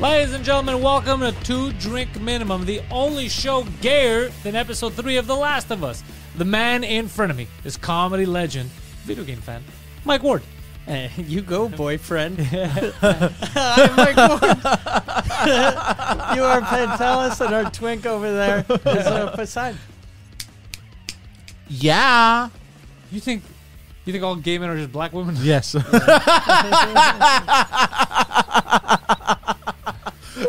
Ladies and gentlemen, welcome to Two Drink Minimum, the only show gayer than episode three of The Last of Us. The man in front of me is comedy legend, video game fan, Mike Ward. Eh, you go, boyfriend. I'm Mike Ward. you are Pantelis, and our twink over there is uh, Poseidon. Yeah. You think you think all gay men are just black women? Yes.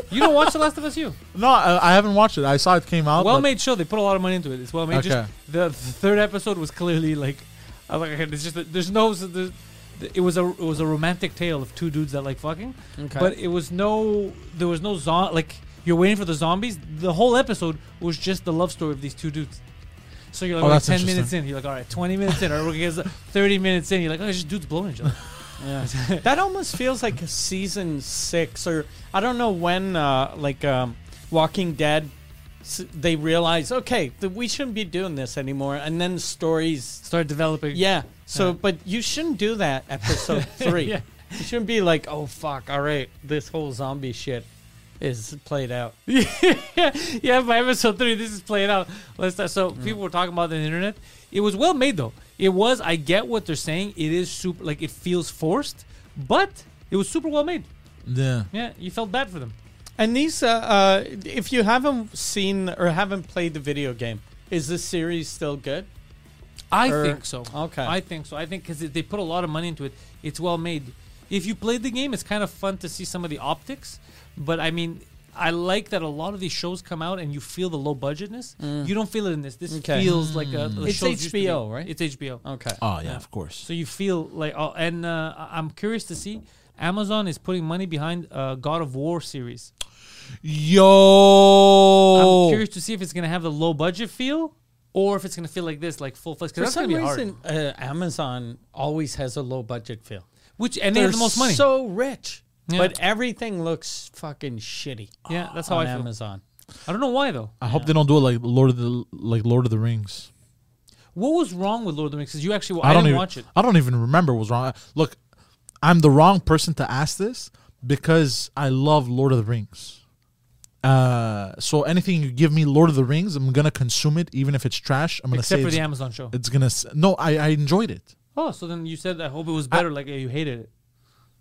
You don't watch The Last of Us, you? no, I, I haven't watched it. I saw it came out. Well but- made show. They put a lot of money into it. It's well made. Okay. Just the, the third episode was clearly like, I was like, okay, there's just there's no. There's, it was a it was a romantic tale of two dudes that like fucking, Okay. but it was no there was no zom like you're waiting for the zombies. The whole episode was just the love story of these two dudes. So you're like, Oh, all right, that's ten interesting. minutes in, you're like, all right, twenty minutes in, or thirty minutes in, you're like, oh, it's just dudes blowing each other. That almost feels like a season six, or I don't know when, uh, like um, Walking Dead, s- they realize, okay, th- we shouldn't be doing this anymore, and then stories. Start developing. Yeah. So, Yeah. but you shouldn't do that. Episode three. You shouldn't be like, oh fuck, all right, this whole zombie shit is played out. yeah, by episode three, this is playing out. Let's start. So Mm. people were talking about it on the internet. It was well made though. It was. I get what they're saying. It is super. Like it feels forced, but it was super well made. yeah. Yeah, you felt bad for them. And these, uh, uh, if you haven't seen or haven't played the video game, is this series still good? I Or- think so. Er, okay. I think so. I think because they put a lot of money into it, it's well made. If you played the game, it's kind of fun to see some of the optics. But I mean, I like that a lot of these shows come out and you feel the low budgetness. You don't feel it in this. This Mm. Okay. feels like a. the It's shows used to be. HBO, right? It's HBO. Okay. Oh, yeah, of course. So you feel like, oh, and uh, I- I'm curious to see. Amazon is putting money behind uh, God of War series. Yo. Oh. I'm curious to see if it's gonna have the low budget feel, or if it's gonna feel like this, like full flex. 'cause For that's gonna some be reason, hard. uh, Amazon always has a low budget feel. Which and they have the most money. So rich, Yeah. but everything looks fucking shitty yeah, that's how on I feel. Amazon. I don't know why though. I hope they don't do it like Lord of the like Lord of the Rings. What was wrong with Lord of the Rings? 'Cause you actually, I, don't didn't even, watch it. I don't even remember what was wrong. Look, I'm the wrong person to ask this because I love Lord of the Rings. Uh, so anything you give me, Lord of the Rings, I'm gonna consume it, even if it's trash. I'm gonna Except say for the it's- Amazon show. It's gonna s- no, I, I enjoyed it. Oh, so then you said I hope it was better. like uh, you hated it.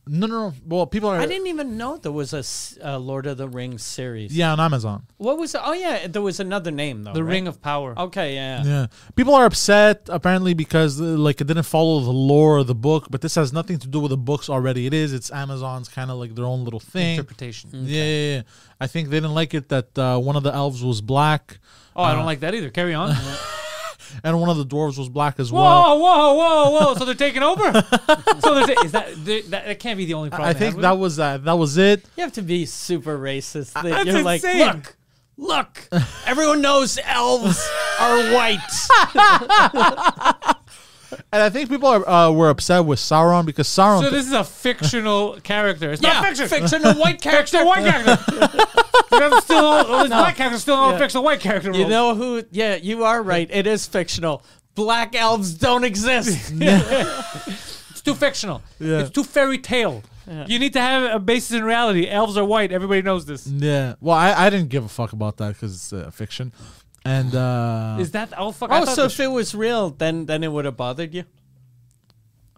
No, no, no. Well, people Uh, are. I didn't even know there was a s- uh, Lord of the Rings series. Yeah, on Amazon. What was? Oh yeah, there was another name though. The right? Ring of Power. Okay. Yeah. Yeah, people are upset apparently because uh, like it didn't follow the lore of the book, but this has nothing to do with the books already. It is. It's Amazon's kind of like their own little thing. Interpretation. Yeah, yeah, yeah. I think they didn't like it that uh, one of the elves was black Oh, Uh, I don't like that either. Carry on. and one of the dwarves was black as well. Whoa, whoa, whoa, whoa! So they're taking over. so they're ta- is that, they- that that can't be the only problem. I they think have that with was uh, that was it. You have to be super racist. That That's you're insane. like, look, look, everyone knows elves are white. And I think people are, uh, were upset with Sauron because it. Sauron. So this is a fictional character. It's yeah, not fiction. fictional white character. Fictional white character. That's still all these black characters still on a fictional white character. You role. know who? Yeah, you are right. It is fictional. Black elves don't exist. it's too fictional. Yeah. It's too fairy tale. You need to have a basis in reality. Elves are white. Everybody knows this. yeah. Well, I, I didn't give a fuck about that because it's uh, fiction. And uh, Is that oh fuck? I oh, thought so this- if it was real, then then it would have bothered you.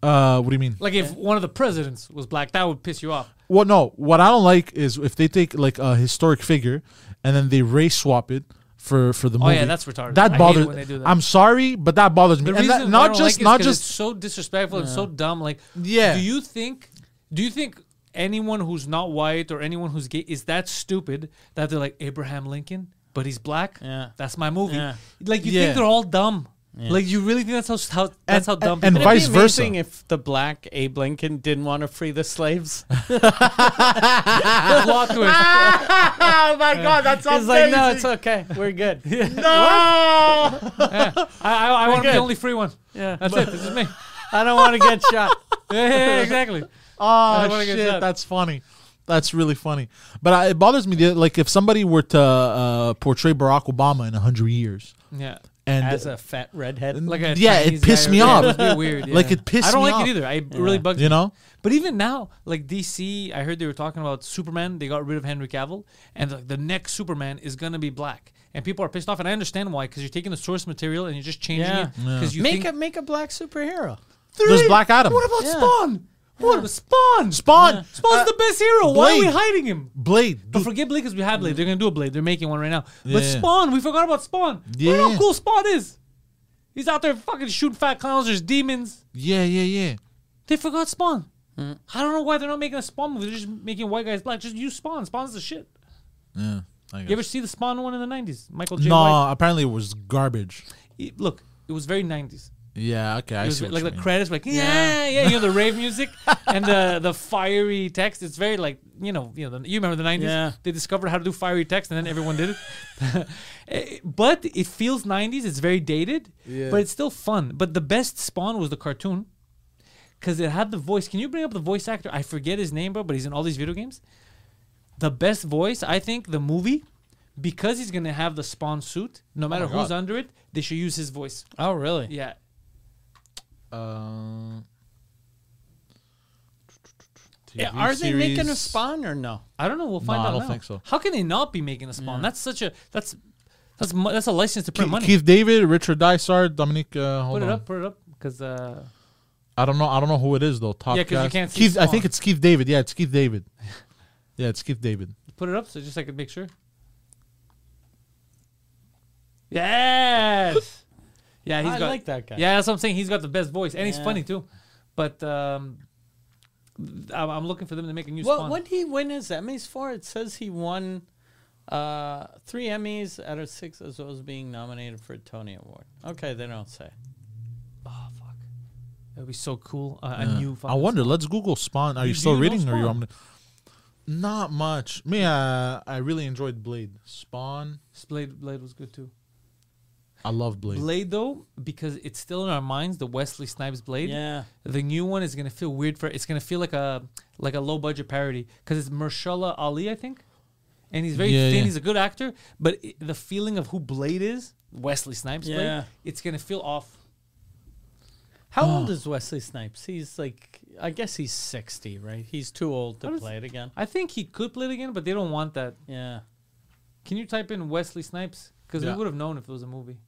uh, what do you mean? Like if one of the presidents was black, that would piss you off. Well, no. What I don't like is if they take like a historic figure and then they race swap it for for the Oh, movie. yeah, that's retarded. I That hate bothers. it when they do that. I'm sorry, but that bothers The me. and reason that, why I not don't just like it is not 'cause it's just so disrespectful and so dumb. Like, Yeah. do you think? Do you think anyone who's not white or anyone who's gay is that stupid that they're like Abraham Lincoln, but he's black? Yeah. That's my movie. Yeah. Like you Yeah. think they're all dumb. Like you really think that's how how that's how and- dumb and people are? It'd vice be versa. amazing if the black Abe Lincoln didn't want to free the slaves. plot twist. Oh my god, that's He's like, no, it's okay. We're good. no. I, I, I want to be the good. only free one. Yeah. That's it. This is me. I don't want to get shot. Yeah, yeah, yeah, exactly. don't Oh wanna get shit, shot. that's funny. That's really funny. But I, it bothers me. that, Like if somebody were to uh, portray Barack Obama in hundred years, Yeah. and As a fat redhead. Like a Yeah, it Chinese pissed guy me or- off. Yeah, it was weird, Like, yeah. it pissed I don't me like off. it either. I it really bugs you me. know, But even now, like DC, I heard they were talking about Superman. They got rid of Henry Cavill, and like the next Superman is gonna be black, and people are pissed off, and I understand why, because you're taking the source material and you're just changing Yeah. it because you make think a make a black superhero. there's Black Adam. What about Yeah. Spawn? What about Spawn? Spawn? Spawn's Uh, the best hero. Why are we Blade. hiding him? Blade? But Dude, forget Blade because we had Blade. They're gonna do a Blade. They're making one right now. But Yeah. Spawn, we forgot about Spawn. Look at Yeah. how cool Spawn is. He's out there fucking shooting fat clowns. There's demons. yeah, yeah, yeah. They forgot Spawn. I don't know why they're not making a Spawn movie. They're just making white guys black. Just use Spawn. Spawn's the shit. Yeah. I You ever guess. see the Spawn one in the nineties? Michael J. No, White. apparently it was garbage. He- look, it was very nineties. Yeah, okay, It I was see. like what you the mean. credits, were like yeah, yeah, you know the rave music and the the fiery text. It's very like you know you know the, you remember the nineties. Yeah. They discovered how to do fiery text, and then everyone did it. Eh, but it feels nineties. It's very dated, but it's still fun. But the best Spawn was the cartoon because it had the voice. Can you bring up the voice actor? I forget his name, bro, but he's in all these video games. The best voice, I think, the movie. Because he's gonna have the spawn suit, no matter who's under it, they should use his voice. Oh really? Yeah, Uh, Yeah, TV are they making a series. spawn or no? I don't know. We'll find No, I out. don't now. think so. How can they not be making a spawn? That's such a that's that's mo- that's a license to print money. Keith David, Richard Dysart, Dominic. Uh, hold put it on. up, put it up, because uh, I don't know. I don't know who it is though. Top Yeah, 'cause you cast. can't see Keith, I think Spawn. it's Keith David. Yeah, it's Keith David. yeah, it's Keith David. put it up so just I could make sure. Yes. Yeah, he's I got. like that guy. Yeah, that's what I'm saying. He's got the best voice, and he's Yeah. funny too. But um, th- I'm, I'm looking for them to make a new What spawn. what did he win his Emmys for? It says he won uh, three Emmys out of six, as well as being nominated for a Tony Award. Okay, they don't say. Oh fuck, that'd be so cool. Uh, A new. I fucking wonder. Let's Google Spawn. Are you do still you know reading, or you? Spawn? want me- Not much. Me, uh, I really enjoyed Blade. Spawn. spawn. Blade Blade was good too. I love Blade. Blade though, because it's still in our minds, the Wesley Snipes Blade. Yeah. The new one is gonna feel weird for. It's gonna feel like a like a low budget parody because it's Marshala Ali, I think, and he's very Yeah, thin. yeah. He's a good actor, but i the feeling of who Blade is, Wesley Snipes Blade, Yeah. it's gonna feel off. How old is Wesley Snipes? He's like, I guess he's sixty, right? He's too old to What is- play it again. I think he could play it again, but they don't want that. Yeah. Can you type in Wesley Snipes? Because Yeah. we would have known if it was a movie.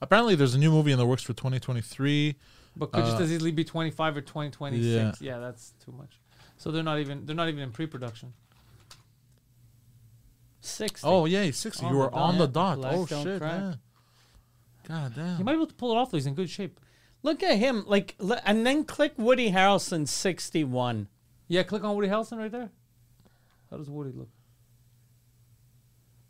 Apparently, there's a new movie in the works for 2023. But could just as easily be twenty five or twenty twenty six. Yeah. that's too much. So they're not even they're not even in pre production. Sixty. Oh yeah, he's 60. On you the are on the dot. dot. Life Oh don't shit. crack. Yeah. God He damn. might be able to pull it off though. He's in good shape. Look at him, like, l- and then click Woody Harrelson, sixty-one. Yeah, click on Woody Harrelson right there. How does Woody look?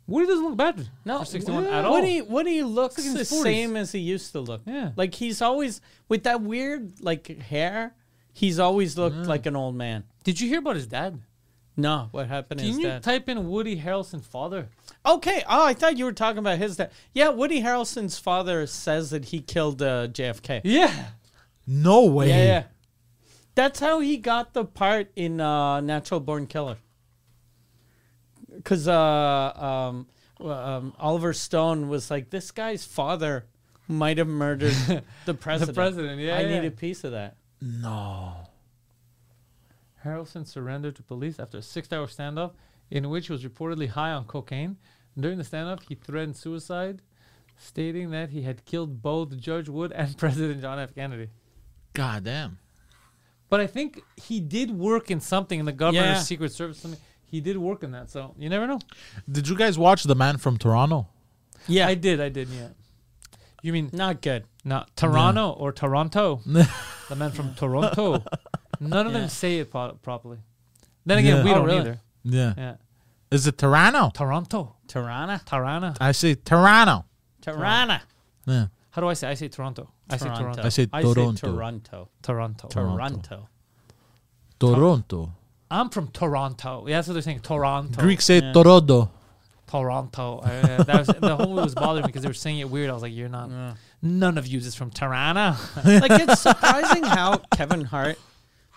Woody doesn't look bad. No, for 61 Wo- at all. Woody, Woody looks Looks like the he's 40s. same as he used to look. Yeah. like he's always with that weird like hair. He's always looked Mm. like an old man. Did you hear about his dad? No, what happened is Can you that. type in Woody Harrelson father? okay, oh, I thought you were talking about his dad. Yeah, Woody Harrelson's father says that he killed uh, JFK. Yeah. No way. Yeah, yeah. That's how he got the part in uh, Natural Born Killer. Because uh, um, well, um, Oliver Stone was like, this guy's father might have murdered the president. president, yeah, I yeah. need a piece of that. Harrelson surrendered to police after a six-hour standoff in which he was reportedly high on cocaine. During the standoff, he threatened suicide, stating that he had killed both Judge Wood and President John F. Kennedy. God damn. But I think he did work in something in the governor's Yeah. secret service. Something. He did work in that, so you never know. Did you guys watch The Man from Toronto? Yeah, I did. I did. Yeah. You mean not good. not Toronto or Toronto? the man from Toronto. None of Yeah. them say it pro- properly. Then again, Yeah. we Oh, don't really? either. Yeah. Yeah. Is it Toronto? Toronto. Tirana? Tirana. I say Toronto. Tirana. Yeah. How do I say? I say Toronto. I say Toronto. I say Toronto. Toronto. Toronto. Toronto. Toronto. I'm from Toronto. Yeah, that's what they're saying. Toronto. Greeks say Toronto. Toronto. Uh, that was, the whole was bothering me because they were saying it weird. I was like, "You're not. None of you is from Tirana." like it's surprising how Kevin Hart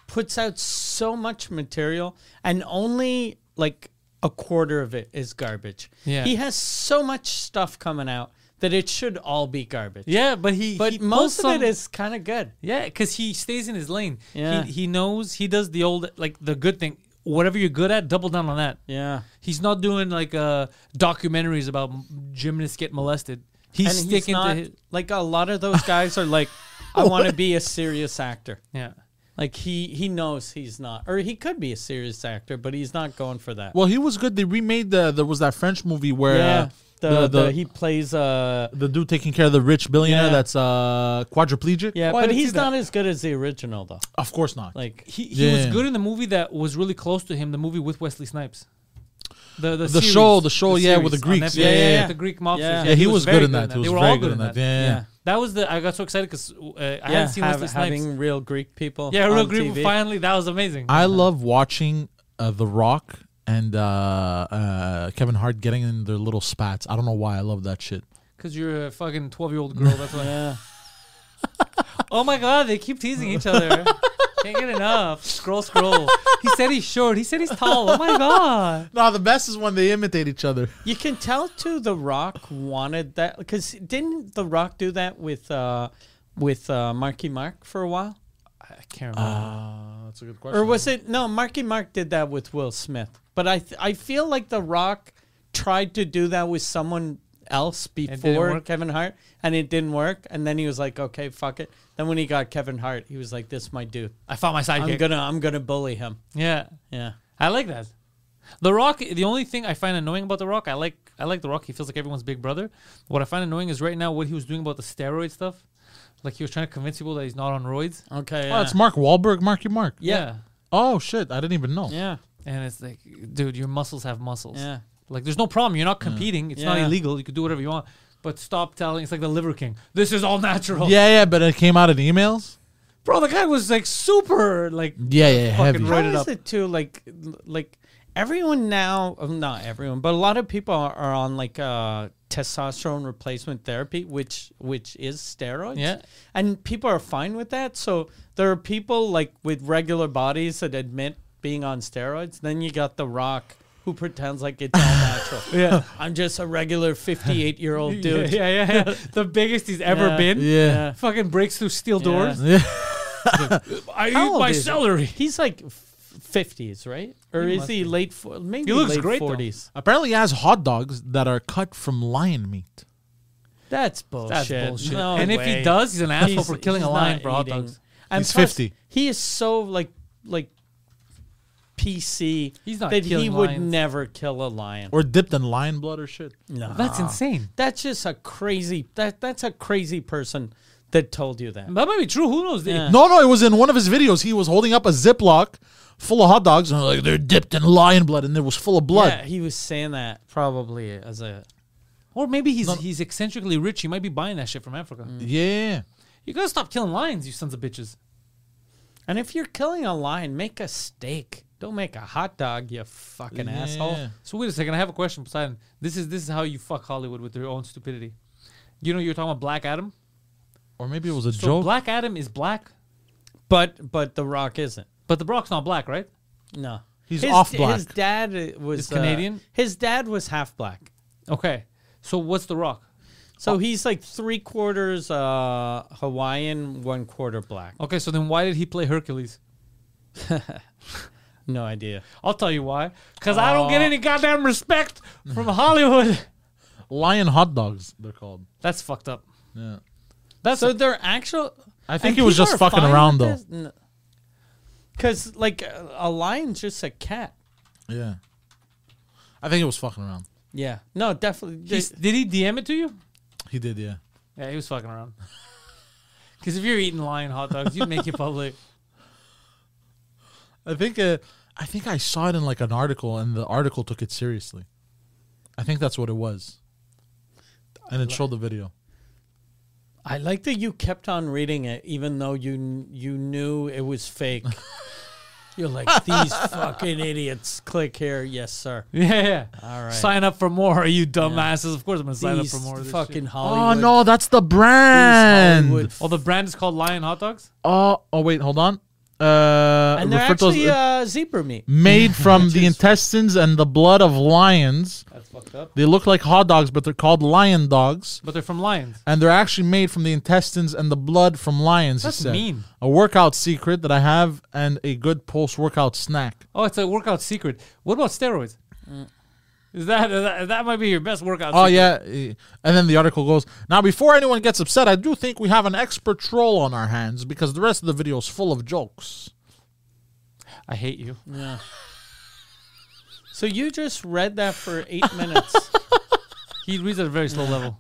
puts out so much material and only like a quarter of it is garbage. Yeah. He has so much stuff coming out that it should all be garbage. yeah, but he. But he pulls most of some- it is kind of good. Yeah, because he stays in his lane. Yeah. He, he knows he does the old like the good thing. Whatever you're good at, double down on that. Yeah. He's not doing like uh documentaries about m- gymnasts get molested. He's and sticking he's not, to his, like a lot of those guys are like I want to be a serious actor. yeah. Like he he knows he's not or he could be a serious actor but he's not going for that. Well, he was good. They remade the there was that French movie where yeah. uh, The, the, the, the, the, he plays uh dude taking care of the rich billionaire Yeah. that's uh quadriplegic. yeah, Oh, I but didn't see he's that. not as good as the original though. Of course not. Like He he was Yeah. good in the movie that was really close to him. The movie with Wesley Snipes. The the, The show- series- the show, yeah, with the series on Greeks. Netflix, Yeah, yeah, yeah. the Greek mobsters. Yeah. yeah, he, was, very good in that. He They was were very all good, in that. Yeah. Yeah. That was the I got so excited because uh, I yeah, hadn't seen have- Wesley Snipes. having real Greek people. yeah, real on Greek. TV. Finally, that was amazing. I love watching uh, The Rock and uh, uh, Kevin Hart getting in their little spats. I don't know why I love that shit. Because you're a fucking 12 year old girl. That's why. Yeah. Oh my god, they keep teasing each other. Can't get enough. Scroll, scroll. He said he's short. He said he's tall. Oh my god. No, the best is when they imitate each other. You can tell too. The Rock wanted that because didn't The Rock do that with uh with uh, Marky Mark for a while, I can't remember. Ah, that's a good Er, question. or was it no? Marky Mark did that with Will Smith, but I th- I feel like The Rock tried to do that with someone else didn't before work? Kevin Hart, and it didn't work. And then he was like, okay, fuck it. Then when he got Kevin Hart, he was like, this is my dude. I found my I'm sidekick. gonna I'm gonna bully him. Yeah. Yeah. I like that. The Rock. The only thing I find annoying about The Rock, I like. I like The Rock. He feels like everyone's big brother. What I find annoying is right now what he was doing about the steroid stuff. Like he was trying to convince people that he's not on roids. Okay. Oh, it's Mark Wahlberg, Marky Mark. Yeah. Oh shit, I didn't even know. yeah. And it's like, dude, your muscles have muscles. Yeah. Like there's no problem. You're not competing. It's not Yeah. illegal. You could do whatever you want. But stop telling. It's like the Liver King. This is all natural. yeah, yeah, but it came out in emails. bro. The guy was like super, like Yeah, yeah, heavy. Fucking right. How it is up. it too? Like, like everyone now, um, not everyone, but a lot of people are, are on like uh, testosterone replacement therapy, which which is steroids. Yeah. and people are fine with that. So there are people like with regular bodies that admit being on steroids. Then you got The Rock. Who pretends like it's all natural? yeah, I'm just a regular 58 year old dude. dude. Yeah, yeah, yeah. the biggest he's ever Yeah. been. Yeah. Fucking breaks through steel doors. Yeah. I How eat old my is he? celery. He's like f- 50s, right? Or is he late? Fo- maybe He looks late great, though. 40s. Apparently, he has hot dogs that are cut from lion meat. That's bullshit. That's bullshit. Oh, No and if way. he does, he's an asshole He's- for killing he's a lion not for hot eating. dogs. And He's plus, 50. He is so like like PC He's not that he killing would lions. never kill a lion. Or dipped in lion blood or shit. no. That's insane. That's just a crazy that that's a crazy person that told you that. That might be true. Who knows? Yeah. No, no, it was in one of his videos. He was holding up a Ziploc full of hot dogs and like they're dipped in lion blood and it was full of Yeah, blood. he was saying that probably as a Or maybe he's he's eccentrically rich. He might be buying that shit from Africa. Mm. Yeah. You gotta stop killing lions, you sons of bitches. And if you're killing a lion, make a steak. Don't make a hot dog, you fucking asshole. Yeah. So wait a second. I have a question, Poseidon. This is this is how you fuck Hollywood with their own stupidity. You know you're talking about Black Adam. Or maybe it was a So joke. Black Adam is black, But but the rock isn't. but the Brock's not black, right? No. He's his, off His black. dad uh, was Is Canadian? His dad was half black. Okay. So what's the Rock? Oh, So he's like three quarters uh, Hawaiian, one quarter black. Okay, so then why did he play Hercules? No idea. I'll tell you why. Because I don't get any goddamn respect from Hollywood. lion hot dogs, they're called. That's fucked up. Yeah. That's So they're actual. I think he was just fucking around, though. Because like a a lion's just a cat. Yeah. I think it was fucking around. Yeah. No, definitely. he's, did he DM it to you? He did, yeah. Yeah, he was fucking around. Because if you're eating lion hot dogs, you'd make it public. I think uh, I think I saw it in like an article, and the article took it seriously. I think that's what it was, and it showed the video. I like that you kept on reading it, even though you kn- you knew it was fake. You're like these fucking idiots. Click here, yes, sir. Yeah. All right. Sign up for more, you dumbasses. Of course, I'm gonna sign These up for more. Of this fucking shit. Oh Hollywood. no, that's the brand. Hollywood. Oh, the brand is called Lion Hot Dogs. Oh, oh wait, hold on. Uh, and they're refer to as- actually uh, zebra meat. made from the intestines and the blood of lions. That's fucked up. They look like hot dogs, but they're called lion dogs. But they're from lions. And they're actually made from the intestines and the blood from lions. he That's said. mean. A workout secret that I have, and a good post-workout snack. Oh, it's a workout secret. What about steroids? Mm. Is that, that that might be your best workout? Oh secret. yeah, eh, and then the article goes. Now, before anyone gets upset, I do think we have an expert troll on our hands because the rest of the video is full of jokes. I hate you. Yeah. So you just read that for eight minutes. He reads at a very slow level.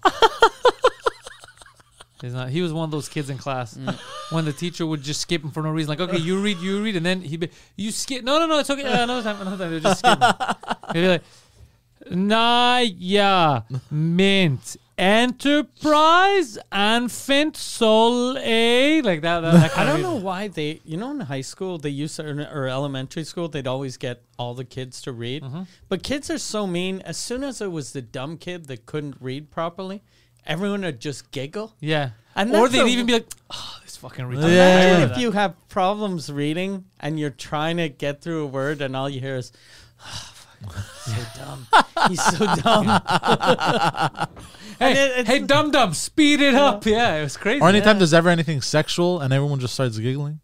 He's not. He was one of those kids in class Mm. when the teacher would just skip him for no reason. Like, okay, you read, you read, and then he be, you skip. No, no, no, it's okay. Uh, another time, another time. They're just skipping. He'd be like, Naya Mint Enterprise and Fint Sol A. Like that. that, that I kind of don't know reason. why they, you know, in high school they used to, or elementary school, they'd always get all the kids to read. But kids are so mean. As soon as it was the dumb kid that couldn't read properly, everyone would just giggle. Yeah. And or that's they'd a- even be like, oh, this fucking retard. Imagine Yeah. if you have problems reading and you're trying to get through a word and all you hear is, oh, fuck, he's so dumb. He's so dumb. and it- Hey, it's- hey, dum dum, speed it up. Yeah, it was crazy. Or anytime there's ever anything sexual, and everyone just starts giggling,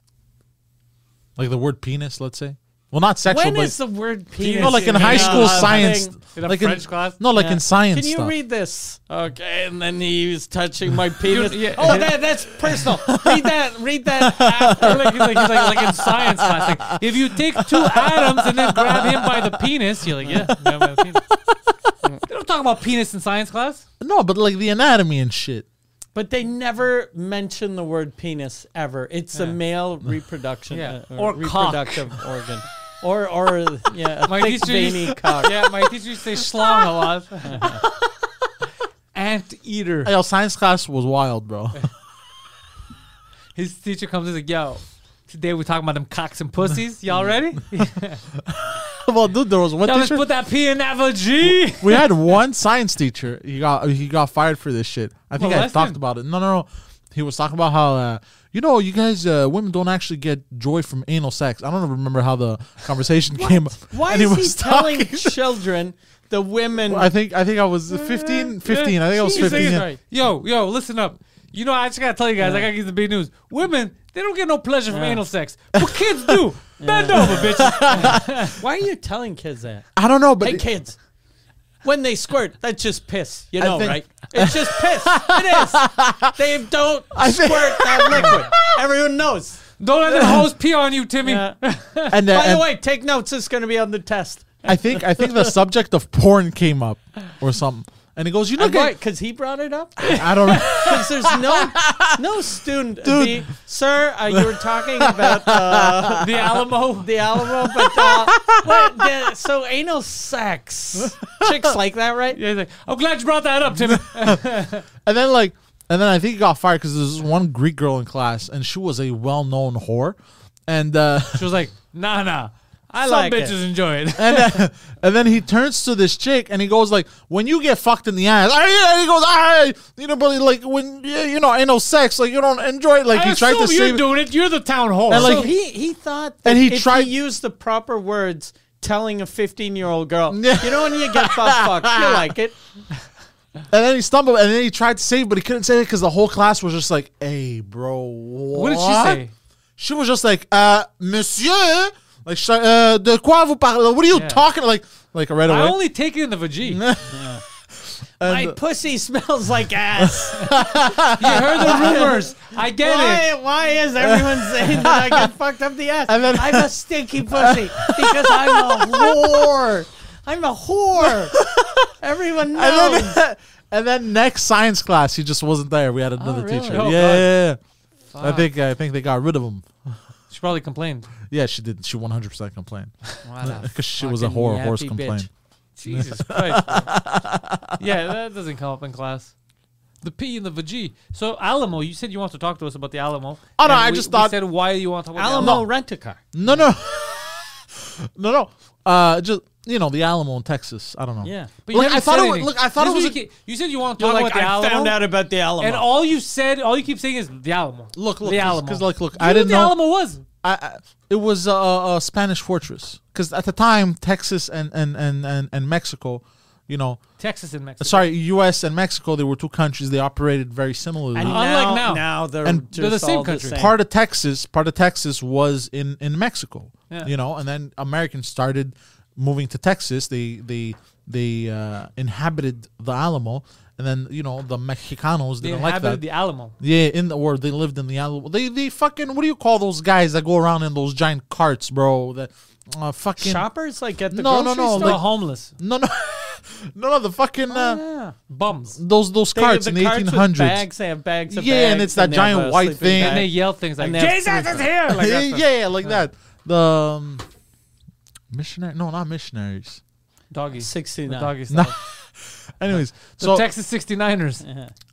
like the word penis, let's say. Well, not sexual, When but is the word penis? you know, like in used? high Yeah, school uh, science, thing. In a like French class? No, like Yeah. in science. Can you stuff. read this? Okay, and then he was touching my penis. yeah. Oh, that, that's personal. read that. Read that. after. like, he's like, he's like, like in science class. Like, if you take two atoms and then grab him by the penis, you're like, yeah. grab by the penis. they don't talk about penis in science class. No, but like the anatomy and shit. But they never mention the word penis ever. It's a male reproduction Yeah. uh, Or cock. reproductive organ. Or or yeah, a My thick teacher used- veiny cock. Yeah, my teacher used to say schlong a lot. Ant eater. Yo, science class was wild, bro. His teacher comes and is like, yo, today we're talking about them cocks and pussies. Y'all ready? Yo, well, dude, there was one let's teacher. put that P in that vagina. we had one science teacher. He got he got fired for this shit. I think Well, I that's talked him. about it. No, no, no. He was talking about how uh, you know you guys uh, women don't actually get joy from anal sex. I don't remember how the conversation came. up. Why And is he was telling talking- children the women? I think I think I was 15, 15. I think I was Jesus fifteen. yeah. Christ. Yo, yo, listen up. You know, I just gotta tell you guys, I gotta give you the big news. Women, they don't get no pleasure from anal sex, but kids do. Bend over, bitches. Why are you telling kids that? I don't know, but Hey, kids. When they squirt, that's just piss. You I know, think- right? It's just piss. It is. They don't think- squirt that liquid. Everyone knows. Don't let the hose pee on you, Timmy. and, uh, By and the way, take notes. It's going to be on the test. I think I think the subject of porn came up or something. And he goes, you know, And why? guys, Because he brought it up. I don't know. Because there's no no student. The- sir, uh, you were talking about uh, The Alamo. the Alamo, but uh, what, the, so anal sex. Chicks like that, right? Yeah, he's like, I'm glad you brought that up, Timmy. And then like, and then I think he got fired because there's this one Greek girl in class, and she was a well-known whore, and uh, she was like, Nah, nah. I Suck love it. bitches. Enjoy it. and then, and then he turns to this chick and he goes like, "When you get fucked in the ass," "Ah, yeah," he goes, "I," you know, but like when yeah, you know, anal sex, like you don't enjoy it. Like I he tried to assume you're save. doing it. You're the town whore. And, so like- he he thought that And he if tried- he used the proper words telling a 15 year old girl you know when you get butt fucked you like it and then he stumbled, and then he tried to save, but he couldn't save it because the whole class was just like, "Hey, bro, what?" what did she say? She was just like, uh, "Monsieur." Like, sh- uh, de quoi vous parlez? What are you talking? Like, like right away. I only take it in the vagina. my pussy smells like ass you heard the rumors. I get it. why, why is everyone saying that i get fucked up the ass i'm a stinky pussy because i'm a whore i'm a whore everyone And knows then, and then next science class, he just wasn't there. We had another really? teacher. Oh, yeah, yeah, yeah. I think I think they got rid of him. She probably complained. Yeah, she did. She 100% complained. What a Because she was a fucking whore. Horse yappy bitch. complained. Jesus Christ. bro. yeah, that doesn't come up in class. The P and the VG. So Alamo, you said you want to talk to us about the Alamo. Oh, no, And I we- just we thought- said why you want to talk about the Alamo rent a car. No, no. no, no. Uh, just, you know, the Alamo in Texas. I don't know. Yeah. But you Look, haven't I thought said it was- anything. look, I thought This it was week a- you- you said you want to talk You're like, about the I Alamo, found out about the Alamo. and all you said, all you keep saying is the Alamo. Look, look, the 'cause- Alamo. 'cause, like, look, You I knew didn't the know- Alamo was. I, I, it was a, a Spanish fortress. Because at the time, Texas and, and, and, and, and Mexico, you know, Texas and Mexico. sorry, U.S. and Mexico, they were two countries. They operated very similarly. and Unlike now. now they're And just they're the same all country. same. part of Texas, part of Texas was in in Mexico. Yeah. You know, and then Americans started moving to Texas. They they they uh, inhabited the Alamo, and then you know the Mexicanos they didn't like inhabited that. the Alamo. yeah, in the or they lived in the Alamo. They they fucking what do you call those guys that go around in those giant carts, bro? That uh, fucking shoppers like at the No, no, grocery no, store. Oh, The like- homeless no no no no the fucking uh, yeah. bums. those those They- carts in the carts eighteen with hundreds. Bags, they have bags of Yeah, and bags it's that they have giant a white sleeping thing. And they bag. yell things like And they have Jesus is here. Like yeah, that. yeah, like that. The um, missionary? No, not missionaries. Doggy. The 69. doggy No. style. Anyways, The so Texas 69ers.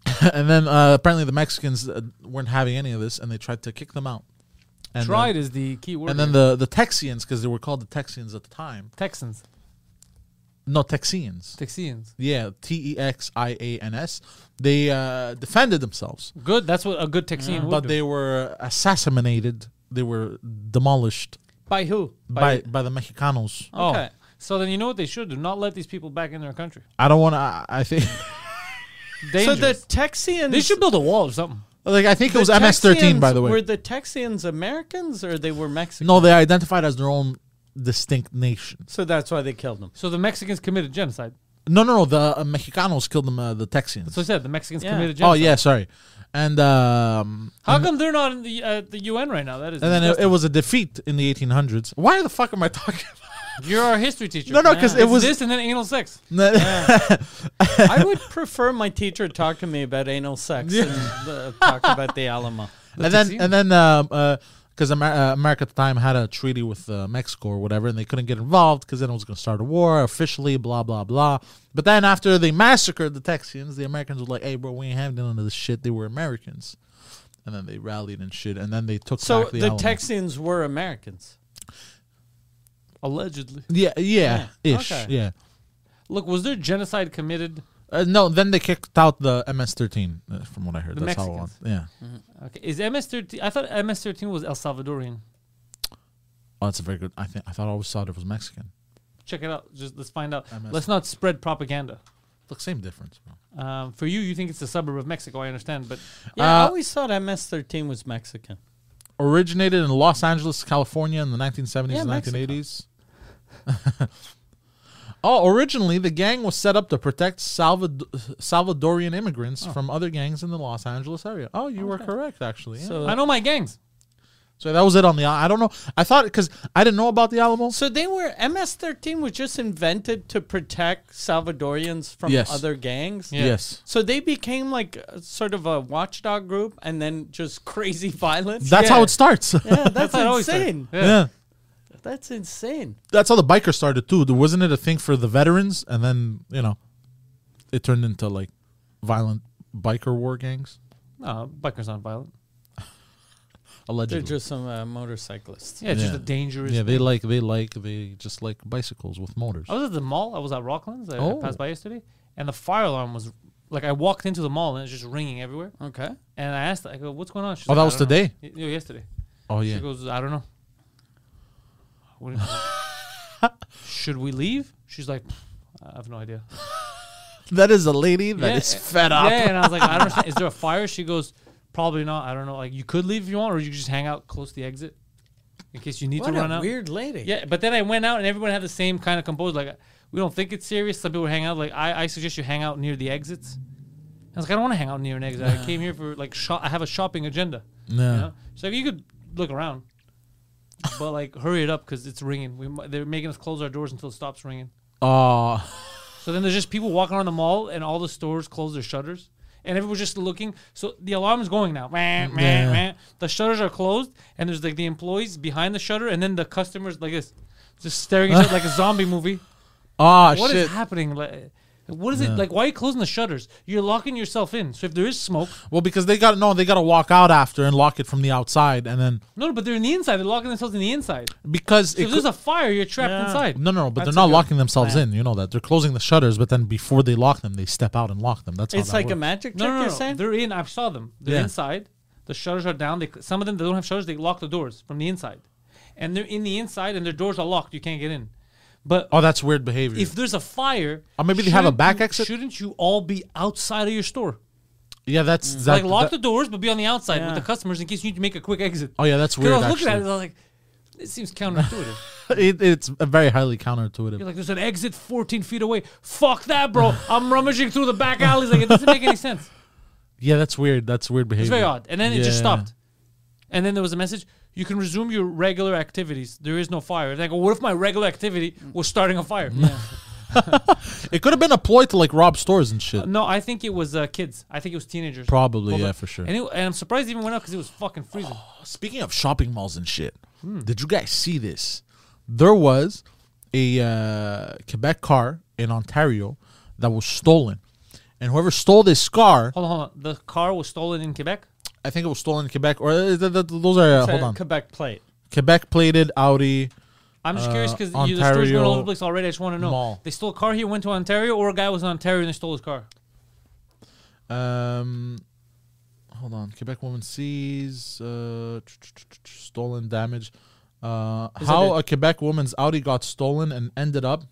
and then uh, apparently the Mexicans uh, weren't having any of this, and they tried to kick them out. And Tried Then, is the key word. and then here. the the Texians, because they were called the Texians at the time. Texans, No, Texians. Texians. Yeah, T E X I A N S. They uh, defended themselves, Good. That's what a good Texian would but do. they were assassinated. They were demolished By who? by by the Mexicanos. Oh. Okay. So then you know what they should do? Not let these people back in their country. I don't want to. I, I think so Dangerous. the Texians. they should build a wall or something. like I think it the was MS thirteen. By Texians- the way, Were the Texians Americans or they were Mexicans? no, they identified as their own distinct nation. So that's why they killed them. So the Mexicans committed genocide. No, no, no. The uh, Mexicanos killed them, uh, the Texians. So I said the Mexicans Yeah. committed oh genocide. yeah, sorry. And um, How come they're not in the uh, the UN right now? That is. and then it, disgusting. it was a defeat in the 1800s. Why the fuck am I talking? You're our history teacher. No, no, 'cause it It's was- this and then anal sex. About? I would prefer my teacher talk to me about anal sex and uh, talk about the Alamo. and then Texians. and then um, uh, because Amer- uh, America at the time had a treaty with uh, Mexico or whatever, and they couldn't get involved because then it was going to start a war officially. Blah blah blah. But then after they massacred the Texians, the Americans were like, "Hey, bro, we ain't having none of this shit." They were Americans. And then they rallied and shit, and then they took So back the, the Alamo. Texians were Americans. Allegedly. Yeah, yeah, Yeah, ish, okay. yeah. Look, was there genocide committed? Uh, no, then they kicked out the MS-13, uh, from what I heard. The That's how it was. Yeah. Okay. Is MS-13? I thought MS-13 was El Salvadorian. Oh, that's a very good. I think I thought I always thought it was Mexican. Check it out. Just let's find out. MS. Let's not spread propaganda. Look, same difference, bro. Um, for you, you think it's a suburb of Mexico. I understand, but Yeah, I Uh, always thought MS-13 was Mexican. Originated in Los Angeles, California, in the 1970s Yeah, and Mexico. 1980s. oh, originally the gang was set up to protect Salvad- Salvadorian Oh. immigrants from other gangs in the Los Angeles area. Oh, you were correct, actually. Yeah. So, So, I know my gangs. that was it on the. I don't know. I thought because I didn't know about the Alamo. so they were MS-13 was just invented to protect Salvadorians from Yes. other gangs. Yeah. Yes. So they became like a, sort of a watchdog group, and then just crazy violence. That's Yeah. how it starts. Yeah, that's, how it always starts. insane. Yeah. yeah. That's insane. that's how the biker started too. There wasn't it a thing for the veterans, and then you know, it turned into like violent biker war gangs. No, bikers aren't violent. Allegedly, They're just some uh, motorcyclists. Yeah, it's just Yeah. a dangerous. yeah, they like they like they just like bicycles with motors. I Oh, was at the mall. I was at Rocklands. I, I Oh. passed by yesterday, and the fire alarm was like I walked into the mall and it's just ringing everywhere. Okay. And I asked, her, I go, "What's going on?" She's Oh, like, that "I was don't know." Y- today? No, yesterday. Oh yeah, She goes, "I don't know." What do you- Should we leave? She's like, "I have no idea." that is a lady that Yeah, is eh, fed up. Yeah, and I was like, I don't understand. Is there a fire? She goes, probably not. I don't know. Like, you could leave if you want, or you could just hang out close to the exit in case you need What to run a out. weird lady. Yeah, but then I went out and everyone had the same kind of composure. Like, we don't think it's serious. Some people hang out. Like, I, I suggest you hang out near the exits. I was like, I don't want to hang out near an exit. I came here for like, shop. I have a shopping agenda. Yeah. You know? She's like, you could look around, but like, hurry it up because it's ringing. We, mi- they're making us close our doors until it stops ringing. Oh, So then there's just people walking around the mall, and all the stores close their shutters, and everyone was just looking. So the alarm's going now. Wah, wah, Yeah. wah. The shutters are closed, and there's like the employees behind the shutter, and then the customers like this, just staring at each other like a zombie movie. Ah, What is shit. happening? Like, what is it like? Why are you closing the shutters? You're locking yourself in. So if there is smoke, well, because they got no, they got to walk out after and lock it from the outside, and then no, no, but they're in the inside. They're locking themselves in the inside. because So if it there's could- a fire, you're trapped Yeah. inside. no, no, no, but That's they're a not good locking themselves plan. in. You know that they're closing the shutters, but then before they lock them, they step out and lock them. That's how It's that like a works. magic trick No, no, no, you're no. saying? They're in. I saw them. They're Yeah. inside. The shutters are down. They, cl- some of them they don't have shutters. They lock the doors from the inside, and they're in the inside, and their doors are locked. You can't get in. But Oh, that's weird behavior. if there's a fire, Or maybe they have a shouldn't back you- exit? Shouldn't you all be outside of your store? yeah, that's that, like lock that- the doors, but be on the outside with Yeah. the customers in case you need to make a quick exit. Oh, yeah, that's 'Cause weird, I was looking at it, actually. I was like, it seems counterintuitive. it, it's a very highly counterintuitive. You're like, there's an exit 14 feet away. Fuck that, bro. I'm rummaging through the back alleys. Like, it doesn't make any sense. yeah, that's weird. That's weird behavior. It's very odd. And then it just Yeah. stopped. And then there was a message. You can resume your regular activities. There is no fire. And I go, what if my regular activity was starting a fire? It could have been a ploy to like rob stores and shit. No, I think it was uh, kids. I think it was teenagers. Probably, Well, yeah, but- for sure. And, it, and I'm surprised it even went up because it was fucking freezing. Speaking of shopping malls and shit, Hmm. did you guys see this? There was a uh, Quebec car in Ontario that was stolen, and whoever stole this car, Hold on, hold on. The car was stolen in Quebec? I think it was stolen in Quebec or uh, th- th- those are uh, It's a hold on Quebec plate. Quebec plated Audi. I'm just Uh, curious because the story's going all over Ontario the place already. I just want to know. Mall. They stole a car here, went to Ontario, or a guy was in Ontario and they stole his car. Um, hold on, Quebec woman sees uh, ch- ch- ch- ch- stolen damage. Uh, how it? a Quebec woman's Audi got stolen and ended up.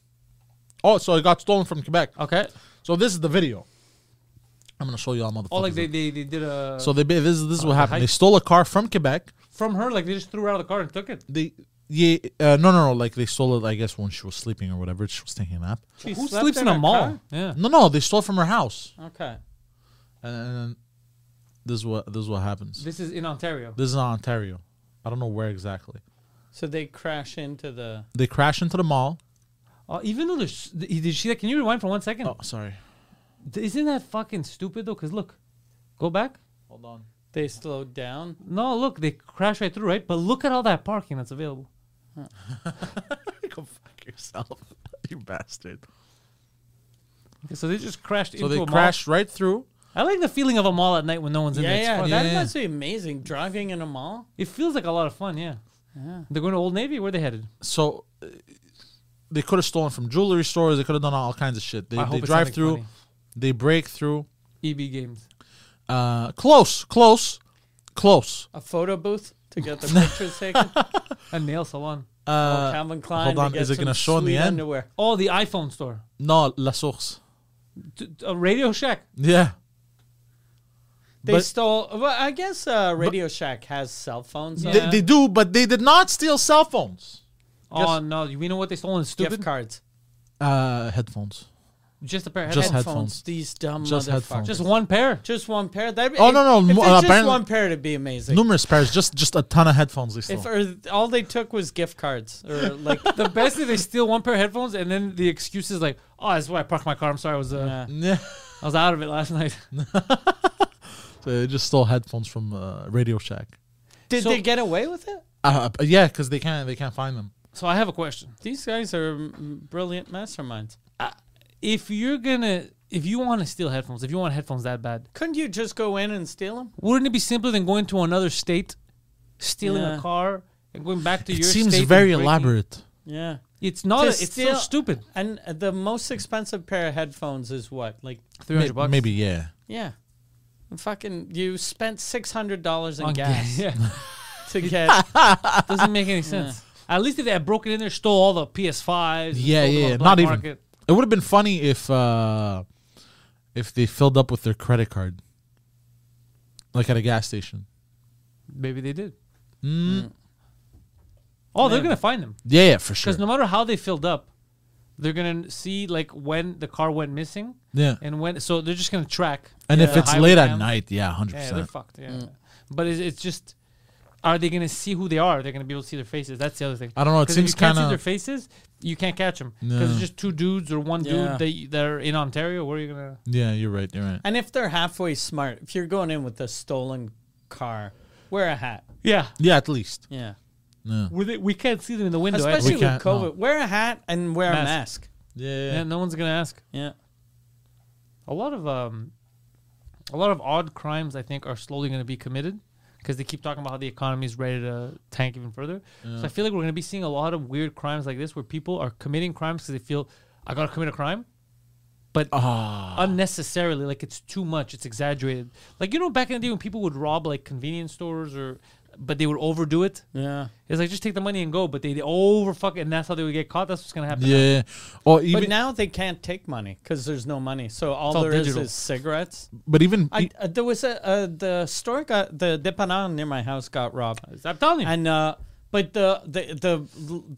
Oh, so it got stolen from Quebec. Okay. So this is the video. I'm gonna show you all motherfuckers. Oh, like they, uh, they, they did a. so they ba- this is this is what happened. They heist. stole a car from Quebec. from her, like they just threw her out of the car and took it. They yeah uh, no no no like they stole it I guess when she was sleeping or whatever she was taking a nap. She Who slept sleeps in a mall? car? Yeah. No no they stole it from her house Okay. and, and then this is what this is what happens. This is in Ontario. This is in Ontario. I don't know where exactly. So they crash into the. They crash into the mall. Uh, even though there's, th- did she? Can you rewind for one second? Oh, sorry. Th- Isn't that fucking stupid though? Cause look, go back. Hold on. They slowed down. No, look, they crash right through, right? But look at all that parking that's available. Go fuck yourself, you bastard. Okay, so they just crashed So into they a crashed right through. mall. I like the feeling of a mall at night when no one's in Yeah, there. It's yeah, fun. that yeah. must be amazing. Driving in a mall. It feels like a lot of fun. Yeah. They're going to Old Navy. Where they headed? So uh, they could have stolen from jewelry stores. They could have done all kinds of shit. They, I they hope it's drive something through. funny. They break through. EB E Games. Uh, close, close, close. A photo booth to get the pictures taken. A nail salon. Oh, Calvin Klein. Uh, hold to on, get is it some gonna show in the sweet end? Underwear. Oh, the iPhone store. No, La Source. T- t- a Radio Shack. Yeah. They But- stole. Well, I guess uh, Radio Shack has cell phones. uh, on They, it. they do, but they did not steal cell phones. Oh no, you we know what they stole? Is gift stupid. cards. Uh, headphones. Just a pair. of Just headphones. headphones. These dumb Just motherfuckers. headphones. Just one pair. Just one pair. That'd be, Oh, no, no, If mo- it's just apparently- one pair, it'd be amazing. Numerous pairs. Just just a ton of headphones they if stole. or, all they took was gift cards or like the best is they steal one pair of headphones and then the excuse is like, "Oh, that's where I parked my car. I'm sorry, I was uh, Yeah. Yeah. I was out of it last night." So they just stole headphones from uh, Radio Shack. Did So- they get away with it? Uh, but yeah, because they can't they can't find them. so I have a question: These guys are mm, brilliant masterminds. If you're gonna, if you want to steal headphones, if you want headphones that bad, Couldn't you just go in and steal them? wouldn't it be simpler than going to another state, stealing Yeah. a car, and going back to It your? seems state and very breaking- elaborate. Yeah. It's not. To a- it's so steal- stupid. And uh, the most expensive pair of headphones is what? Like, Three hundred May- bucks. Maybe yeah. yeah. Fucking, you spent $600 in On gas gas. Yeah, to get. doesn't make any sense. At least if they had broken in there, stole all the PS5s. Yeah, yeah, yeah. Not even. It would have been funny if uh if they filled up with their credit card, like at a gas station. Maybe they did. Mm. Oh, they're gonna find them. Yeah, yeah, for sure. Because no matter how they filled up, they're gonna see like when the car went missing. Yeah. And when, so they're just gonna track. and if the it's highway late at cam. night, yeah, hundred yeah, they're percent. fucked. Yeah. But it's, it's just, are they gonna see who they are? They're gonna be able to see their faces. That's the other thing. I don't know, it 'Cause if seems you can't see kinda- their faces. You can't catch them because No. it's just two dudes or one Yeah. dude that, that are in Ontario. Where are you gonna? Yeah, you're right. You're right. And if they're halfway smart, if you're going in with a stolen car, wear a hat. Yeah, Yeah, at least. Yeah. we, they, we can't see them in the window. eh? Especially We with can't, no. COVID. Wear a hat and wear a Mask. mask. Yeah. yeah, no one's gonna ask. Yeah. a lot of um, a lot of odd crimes I think are slowly going to be committed because they keep talking about how the economy is ready to tank even further. So I feel like we're going to be seeing a lot of weird crimes like this where people are committing crimes because they feel I got to commit a crime, but Uh. Ah, unnecessarily like it's too much, it's exaggerated. Like you know back in the day when people would rob like convenience stores or but they would overdo it. Yeah. It's like just take the money and go, but they, they over fuck it, and that's how they would get caught. That's what's gonna happen. Yeah. Or even But now they can't take money because there's no money. So all, all there is digital. is cigarettes. but even e I, uh, there was a uh, the store got the depanan near my house got robbed. I'm telling you. and uh, but the, the the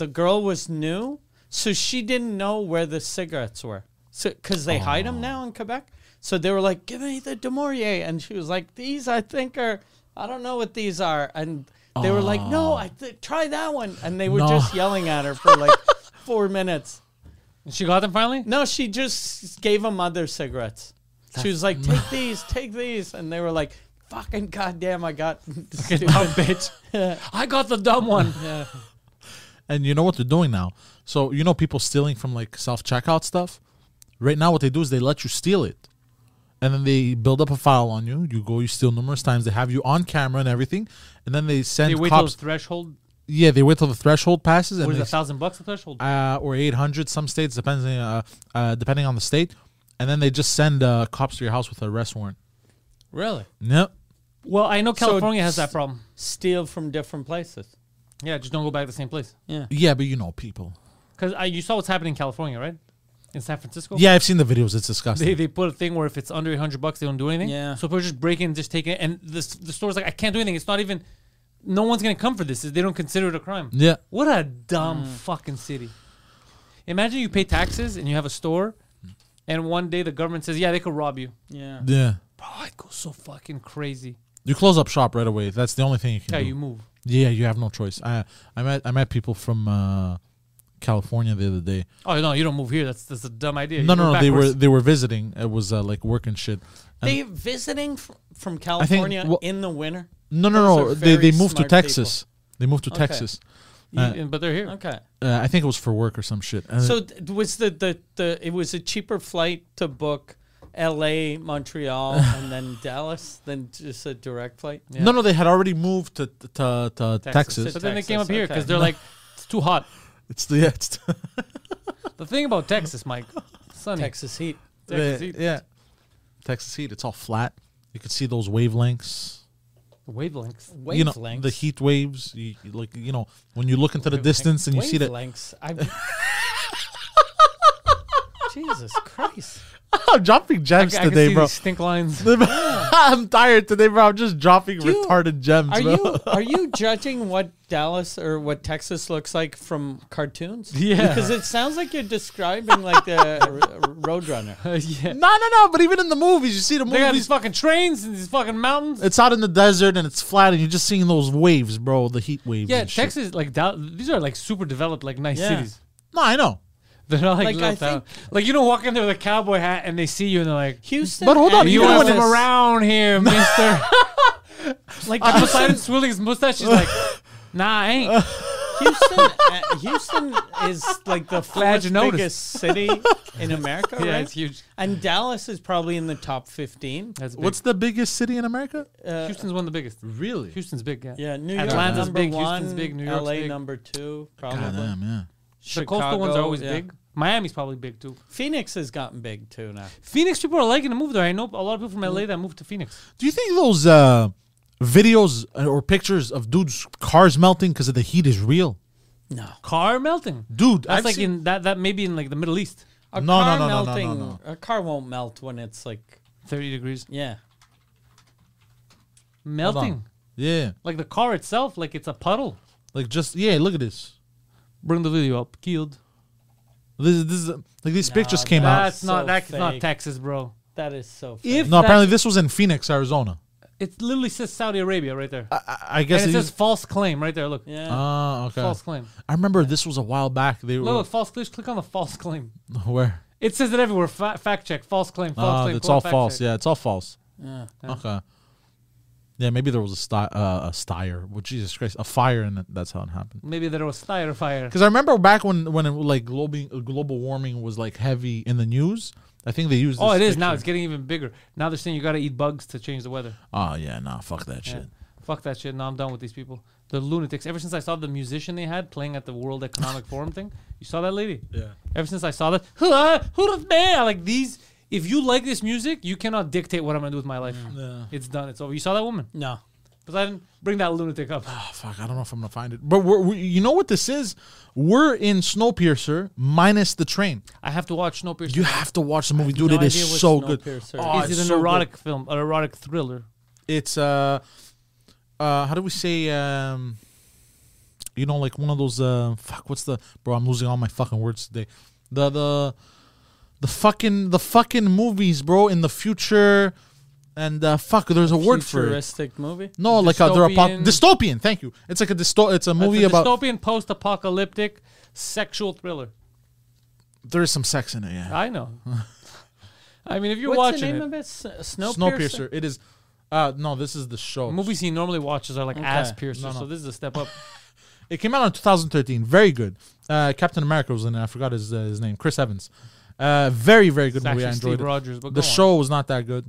the girl was new, so she didn't know where the cigarettes were. So because they hide 'em hide them now in Quebec, so they were like, "Give me the Demorier," and she was like, "These I think are I don't know what these are," and they were like, "No, I th- try that one," and they were No. just yelling at her for like four minutes. she got them finally. No, she just gave them other cigarettes. She was like, "Take these, take these," and they were like, "Fucking goddamn, I got stupid bitch." I got the dumb one. And you know what they're doing now? So you know people stealing from like self checkout stuff? Right now what they do is they let you steal it. And then they build up a file on you. You go, you steal numerous times. They have you on camera and everything. And then they send They wait till the cops. threshold yeah, they wait till the threshold passes and What is it, they a thousand bucks a threshold? uh, or 800 some states depending uh, uh, depending on the state and then they just send uh, cops to your house with an arrest warrant Really? yep well, I know California has that s- problem. Steal from different places. Yeah, just don't go back to the same place. Yeah. yeah but you know people Because you saw what's happening in California, right? In San Francisco. yeah i've seen the videos it's disgusting They, they put a thing where if it's under 800 bucks, they don't do anything. Yeah. So people just break in, just take it. And the, s- the store's like, I can't do anything. It's not even, no one's going to come for this. They don't consider it a crime. yeah What a dumb fucking city. Imagine you pay taxes and you have a store, and one day the government says, yeah, they could rob you. Yeah. yeah Bro, I'd go so fucking crazy. you close up shop right away that's the only thing you can Yeah, do you move. yeah you have no choice i i met i met people from uh, california the other day Oh, no, you don't move here. That's, that's a dumb idea. no You no move no they were backwards. they were visiting it was uh, like work and shit And- They visiting fr- from California well- in the winter. no no those no are they, very they moved to smart people. texas they moved to texas You- and- but they're here. Okay. uh, i think it was for work or some shit Uh, And- So th- was the, the the it was a cheaper flight to book L.A., Montreal, and then Dallas than just a direct flight. no no they had already moved to to, to texas, But then they Texas, came up here okay. because they're like, it's too hot. It's the yeah, it's the- The thing about Texas, Mike, sunny. Texas heat. Texas the- heat. yeah. Texas heat. It's all flat. You can see those wavelengths. The wavelengths. Wavelengths. You know the heat waves. You, you like you know when you look into the distance and you see that. Wavelengths. I- Jesus Christ. I'm dropping gems I, I today, can see bro. these stink lines. I'm tired today, bro. I'm just dropping you- retarded gems, Are bro. you are you judging what Dallas or what Texas looks like from cartoons? Yeah. because it sounds like you're describing like the r- Roadrunner. yeah. no, no, no. But even in the movies, you see the They got these movies. fucking trains and these fucking mountains. It's out in the desert and it's flat, and you're just seeing those waves, bro. The heat waves. yeah, and shit. Texas, like, Dal- these are like super developed, like nice Yeah. cities. No, I know. They're not like, Like, I left out. Like, you don't walk in there with a cowboy hat and they see you and they're like, Houston, But hold on, and you even are when from it's- around here, mister. like I'm Houston, Poseidon swilling his mustache. He's like, nah, I ain't. Houston, uh, Houston is like the Glad fourth you noticed. biggest city in America, Yeah, right? it's huge. And Dallas is probably in the top fifteen. That's big. What's the biggest city in America? Houston's one of the biggest. Really? Houston's big, yeah. Yeah, New York Atlanta's number big, one, Houston's big, New York's LA big. number two, probably. Goddamn, yeah. The coastal ones are Chicago, always yeah. big. Miami's probably big too. Phoenix has gotten big too now. Phoenix people are liking to move there. I know a lot of people from LA that moved to Phoenix. Do you think those uh, videos uh, or pictures of dudes' cars melting because of the heat is real? Car melting, Dude, That's I've like seen- in that that maybe in like the Middle East, A No, no, car no, no, no, no, melting, no. A car won't melt when it's like thirty degrees yeah. Hold on. melting. Yeah, Like the car itself, like it's a puddle. like just yeah. Look at this. Bring the video up. Killed. This, this is like these pictures came That's so out. not that's not fake. Texas, bro. That is so. Funny. If No, that- apparently this was in Phoenix, Arizona. It literally says Saudi Arabia right there. I, I guess and it it says is. false claim right there. Look. Yeah. Ah, okay. False claim. I remember this was a while back. They Look, were look, false claim. Just click on the false claim. where? It says it everywhere. Fa- fact check. False claim. False Ah, claim. it's quote, all fact false. check. Yeah, it's all false. Okay. Yeah, maybe there was a sty- uh, a stire. Well, Jesus Christ, a fire, and that's how it happened. Maybe there was tire fire. Because I remember back when when it, like global global warming was like heavy in the news. I think they used. Oh, this it is now. picture. It's getting even bigger. Now they're saying you got to eat bugs to change the weather. Oh yeah, nah, fuck that Yeah. shit. Fuck that shit. No, I'm done with these people. They're lunatics. Ever since I saw the musician they had playing at the World Economic Forum thing, you saw that lady. Yeah. Ever since I saw that, who the man? Like these. If you like this music, you cannot dictate what I'm gonna do with my life. Mm. It's done. It's over. You saw that woman, No. because I didn't bring that lunatic up. Oh, fuck, I don't know if I'm gonna find it. But we're, we, you know what this is? We're in Snowpiercer minus the train. I have to watch Snowpiercer. You have to watch the movie, dude. no it idea is what so good. Snowpiercer Oh, is it's it an so good. erotic film, an erotic thriller? It's uh, uh, how do we say um, you know, like one of those uh, fuck. What's the bro? I'm losing all my fucking words today. The the the fucking the fucking movies, bro, in the future, and uh, fuck, there's a word for it. Futuristic movie. No, like a, they're a pop- Dystopian- dystopian. Thank you. It's like a dysto- It's a movie it's a about dystopian, post-apocalyptic, sexual thriller. there is some sex in it. Yeah. I know. I mean, if you're What's watching the name it, of it? S- Uh, Snowpiercer. Snowpiercer. It is. Uh, no, this is the show. movies he normally watches are like ass piercers, no. so this is a step up. It came out in 2013. Very good. Uh, Captain America was in it. I forgot his uh, his name. Chris Evans. Uh, very very good It's actually movie. I enjoyed Steve it. Rogers, but the go on. show was not that good.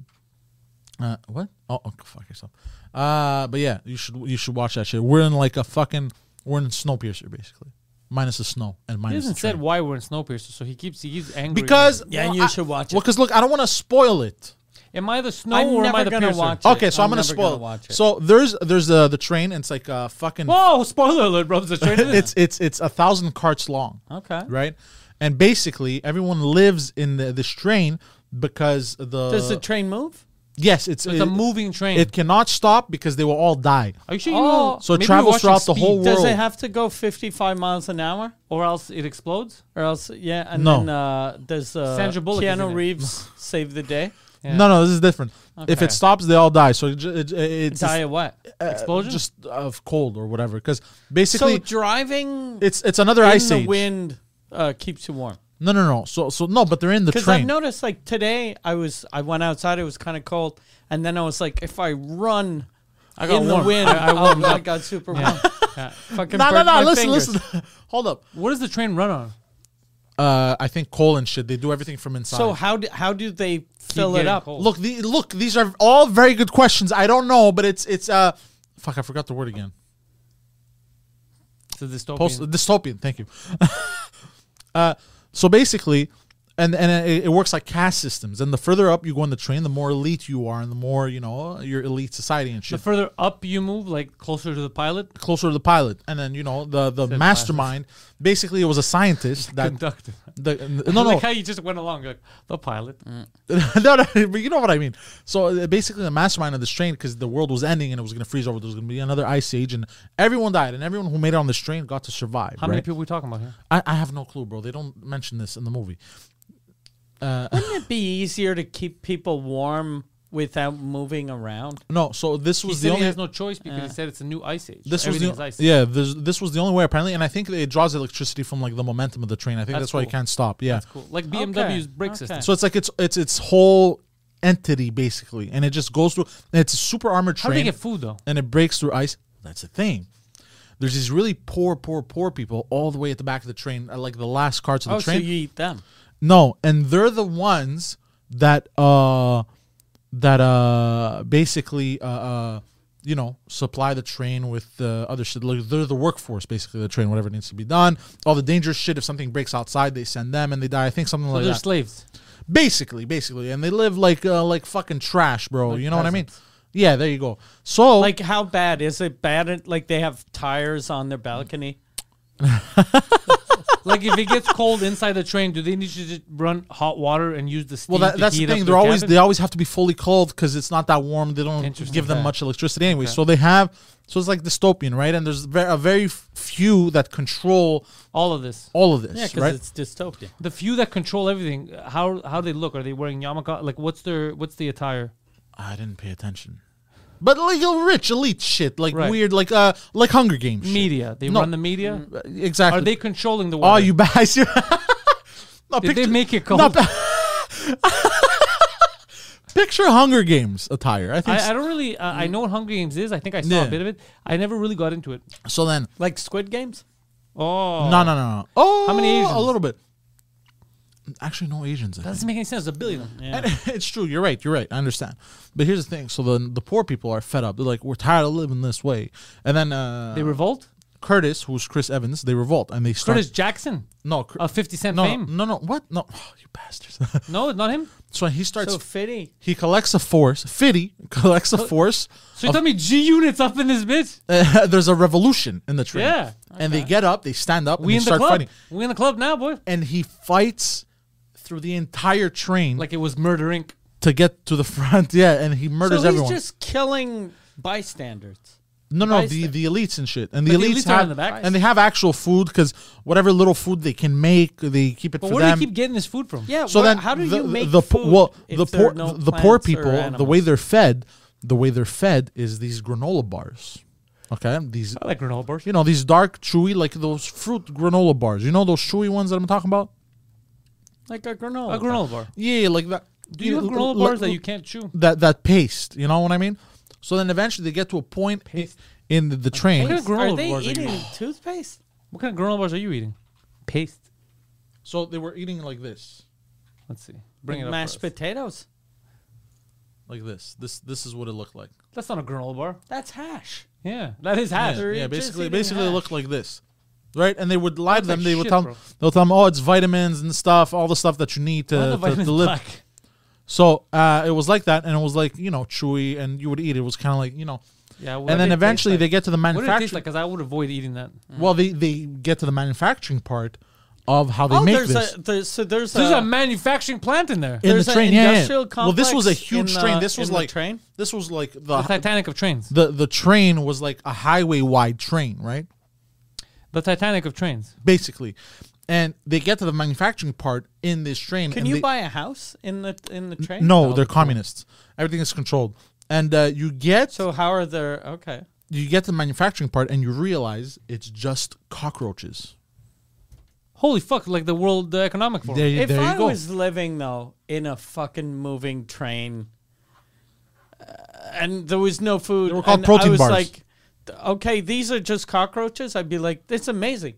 Uh, what? Oh, oh, go fuck yourself. Uh, but yeah, you should you should watch that shit. We're in like a fucking we're in Snowpiercer basically, minus the snow and He minus. hasn't the said train. why we're in Snowpiercer, so he keeps he's angry. because Yeah, and well, you I- should watch Well, it. because look, I don't want to spoil it. am I the snow I'm or am I never the gonna piercer? watch it. Okay, so I'm I'm, gonna never spoil. gonna it. watch it. So there's there's the the train. And it's like a fucking. Whoa! Spoiler alert, bro. It's a train. it's it's it's a thousand carts long. Okay. Right, and basically everyone lives in the, this train because the Does Uh, the train move? yes it's It's a moving train. It cannot stop because they will all die. Are you sure? you Oh. know- So it maybe you're travels watching throughout the whole Speed, Does it World. have to go 55 miles an hour? or else it explodes. Or else, yeah, and No. then uh, does uh, Sandra Bullock is in Keanu it. Reeves save the day? Yeah. No, no, this is different. If Okay. it stops, they all die. So it, ju- it, it's Die of what? Explosion. just of cold or whatever. Because So basically, driving it's it's another in ice the age. wind uh, keeps you warm. No, no, no. So so no, but they're in the Because I've train. noticed, like today, I was I went outside. It was kind of cold, and then I was like, if I run I got in warm. the wind, I- I I, warmed I up. got super warm. Yeah. Yeah. Fucking no, no, burnt no. my Listen, fingers. listen. Hold up. What does the train run on? Uh, I think coal and shit. They do everything from inside. So how do how do they fill it getting up? cold. Look, the, look, these are all very good questions. I don't know, but it's it's uh, fuck, I forgot the word again. It's a dystopian. Post dystopian. Thank you. uh, so basically, and and it, it works like caste systems. And the further up you go on the train, the more elite you are, and the more you know your elite society and the shit. further up you move, like closer to the pilot, Closer to the pilot, and then you know the the mastermind. Basically, it was a scientist that conductor. the, no no Mm, like how you just went along, like, the pilot. no, no, but you know what I mean. So uh, basically, the mastermind of this train, because the world was ending and it was going to freeze over, there was going to be another ice age, and everyone died, and everyone who made it on this train got to survive. How many right? people we talking about here? I, I have no clue, bro. They don't mention this in the movie. Wouldn't it be easier to keep people warm without moving around? No, so this He said was the he only. has no choice because he said it's a new ice age. this was Everything's the ice age. yeah. This, this was the only way apparently, and I think it draws electricity from like the momentum of the train. I think that's, That's why you cool. can't stop. Yeah, Cool. Like BMW's brake okay. system. so it's like it's it's its whole entity basically, and it just goes through. And it's a super armored How train. do they get food though? and it breaks through ice. That's the thing. There's these really poor, poor, poor people all the way at the back of the train, at like the last carts of Oh, the so train. you eat them? no, and they're the ones that uh that uh basically uh, uh you know supply the train with the other shit. Like they're the workforce basically, the train, whatever needs to be done. All the dangerous shit. If something breaks outside, they send them and they die. I think something So like they're that. slaves. basically, basically, and they live like uh, like fucking trash, bro. you know what I mean? Yeah, there you go. So Like how bad is it? Bad? At, like they have tires on their balcony. like if it gets cold inside the train, do they need to just run hot water and use the steam? Well, that, to that's the heat up thing. their They're always cabin? they always have to be fully cold because it's not that warm. They don't Interesting. give them Okay. much electricity anyway. So they have. So it's like dystopian, right? And there's very, a very f- few that control all of this. all of Yeah, this, because right? it's dystopian. The few that control everything, uh, how how do they look? Are they wearing yarmulke? Like what's their what's the attire? I didn't pay attention. But like a rich elite shit, like Right. weird, like uh, like Hunger Games. shit. Media. They No. run the media. Exactly. Are they controlling the Oh, world? you guys. no, Did they make it cold? no, picture Hunger Games attire. I think I, I don't really. Uh, I know what Hunger Games is. I think I saw Yeah. a bit of it. I never really got into it. so. Then Like Squid Games? Oh, no, no, no, no. Oh, How many A Asians? little bit. Actually, no Asians. I think. doesn't make any sense. There's A billion. of them. And it's true. You're right. You're right. I understand. But here's the thing. So the the poor people are fed up. They're like, we're tired of living this way. And then uh, They Uh-huh. revolt. Curtis, who's Chris Evans, they revolt and they start. Curtis Jackson no, Cur- of 50 Cent no, fame. no, no, what? No, Oh, you bastards. No, not him. so he starts. So Fitty. he collects a force. Fitty collects a force. So you tell me G Unit's up in this bitch? Uh, there's a revolution in the train. Yeah. And they get up, they stand up, and We they in the start club. fighting. We in the club now, boy. And he fights through the entire train Like it was Murder Inc. to get to the front. Yeah, and he So murders he's everyone. just killing bystanders. No, no, Nice the, then. the elites and shit, and the, But the elites, elites are have in the back. and they have actual food because whatever little food they can make, they keep it But for where them. do you keep getting this food from? Yeah, so where- then, how do the, you make the po- food well if the there poor are no the poor plants or people the way animals? they're fed, the way they're fed is these granola bars. Okay, these I like granola bars. you know these dark chewy like those fruit granola bars. You know those chewy ones that I'm talking about? like a granola. A granola bar. Yeah, like that. Do you have granola bars that you can't chew? that that paste? You know what I mean? So then eventually they get to a point i- in the, the train. What kind of granola Are they bars eating are you? toothpaste? What kind of granola bars are you eating? Paste. So they were eating like this. Let's see. Bring Like it up. mashed for us. potatoes. like this. This this is what it looked like. That's not a granola bar. That's hash. Yeah, that is hash. Yeah, They're yeah, just basically, eating basically it hash. looked like this, right? And they would lie Looks to them. like they would shit, tell them, bro. they'll tell them, oh, it's vitamins and stuff, all the stuff that you need Why are the to, to, to vitamins live. black? So uh, it was like that, and it was like you know chewy, and you would eat it. It was kind of like you know, Yeah, what do and then they taste eventually like? they get to the What did it taste manufacturing. like? Because I would avoid eating that. Uh, Well, they they get to the manufacturing part of how they oh, make there's this. a there's so there's, There's a, a manufacturing plant in there. in there's the a train, yeah, yeah. industrial Well, this was a complex huge in train. the- This was in the like train? This was like The the Titanic of trains. the, the train was like a highway wide train, right? The Titanic of trains. basically. And they get to the manufacturing part in this train. Can and you they- buy a house in the in the train? Oh. No, they're communists. Everything is controlled. And uh, you get So how are there? Okay. you get to the manufacturing part, and you realize it's just cockroaches. Holy fuck! Like the World Economic Forum. There, you- If there you I go. was living though in a fucking moving train, uh, and there was no food, were called and protein I was bars. like, th- okay, these are just cockroaches. I'd be like, it's amazing.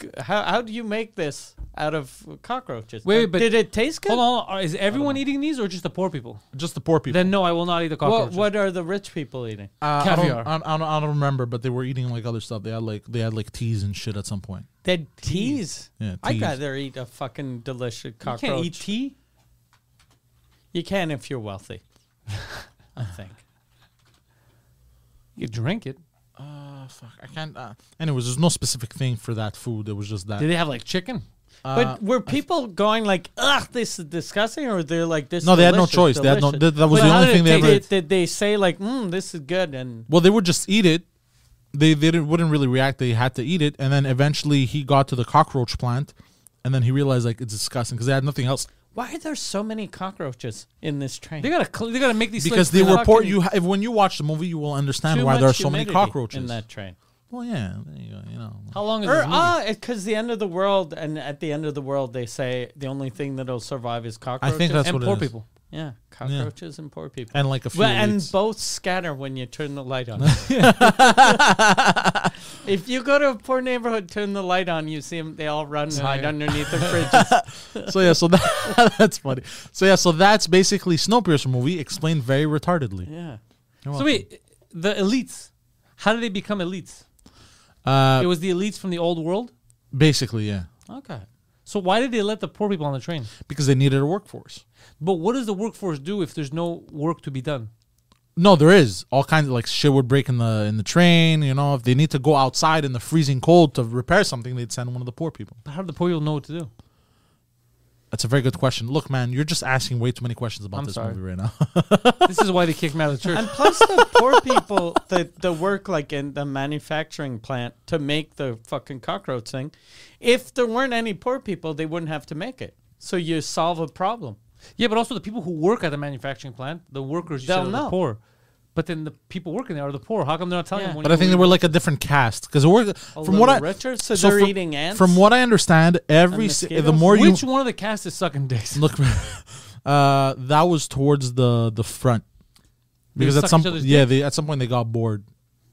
G- How how do you make this out of cockroaches? Wait, Like, but- did it taste good? Hold on, are- is everyone eating these or just the poor people? just the poor people. Then no, I will not eat the What cockroaches. what are the rich people eating? Uh, I don't- Caviar. I don't, I, don't, I don't remember, but they were eating like other stuff. They had like they had like teas and shit at some point. They teas. Yeah, I'd teas. rather eat a fucking delicious You cockroach. can't eat tea. You can if you're wealthy. I think. You drink it. Oh, fuck, I can't. Uh, anyways, there's no specific thing for that food. It was just that. Did they have like chicken? Uh, but were people going like, "Ugh, this is disgusting," or they're like, "This"? No, is they had no delicious, choice. They had no- delicious"? that- that was But the how only did thing they it- ever did- ate. Did they say like, "Mm, this is good"? And Well, they would just eat it. They they didn't, wouldn't really react. They had to eat it, and then eventually he got to the cockroach plant, and then he realized like it's disgusting because they had nothing else. why are there so many cockroaches in this train? They gotta cl- they gotta make these Because slaves they clean up. report Fucking- you ha- if, when you watch the movie, you will understand Too why there are much so many humidity cockroaches. in that train? Well, yeah, there you go. You know, How long is Or this movie? ah, because the end of the world, and at the end of the world, they say the only thing that'll survive is cockroaches. that's and what it poor is. people. yeah, cockroaches and poor people. and like a few. Well, and elites. both scatter when you turn the light on. if you go to a poor neighborhood, turn the light on, you see them, they all run and hide yeah. underneath the fridges. so yeah, so that, that's funny. So yeah, so that's basically Snowpiercer movie explained very retardedly. Yeah. So wait, the elites. How did they become elites? Uh, it was the elites from the old world. basically, yeah, Okay. So why did they let the poor people on the train? because they needed a workforce. But what does the workforce do if there's no work to be done? No, there is all kinds of like shit would break in the in the train. You know, if they need to go outside in the freezing cold to repair something, they'd send one of the poor people. But how do the poor people know what to do? That's a very good question. Look, man, you're just asking way too many questions about I'm this sorry. movie right now. this is why they kicked me out of the church. And plus, the poor people, the, the work like in the manufacturing plant to make the fucking cockroach thing, if there weren't any poor people, they wouldn't have to make it. So you solve a problem. yeah, but also the people who work at the manufacturing plant, the workers, you They'll said, are the know. poor. But then the people working there are the poor. How come they're not telling Yeah. them? When But I think they were like a different cast because we're from what little I richer, so they're from, eating ants From what I understand, every and si- the mosquitoes? more you which one of the cast is sucking dicks? look, uh, that was towards the the front They because suck at each some other's yeah dick? they, at some point they got bored.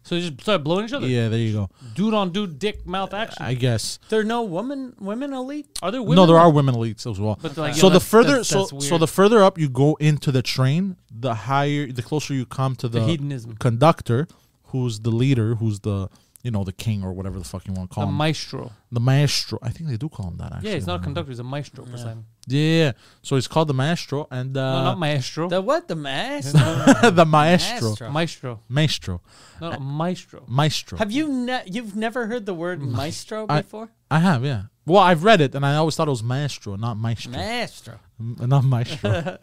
So they just started blowing each other. Yeah, there you go. Dude on dude, dick mouth action. I guess There are no women women elite. are there women? no, there are women elites as well. But, like, so yeah, the that's- further that's- so that's so the weird. further up you go into the train, the higher the closer you come to the, hedonism. conductor, who's the leader, who's the you know the king or whatever the fuck you want to call A him, maestro. the maestro. I think they do call him that. Actually, Yeah, he's not a now. conductor. He's a maestro for Simon. Yeah, yeah, yeah. So he's called the maestro and No, uh, not maestro. The what? The master? the maestro, Maestro. maestro. maestro, No, no, maestro. maestro. Have you ne- you've never heard the word maestro I- before? I have, yeah. Well, I've read it and I always thought it was maestro, not maestro, Maestro. M- not maestro.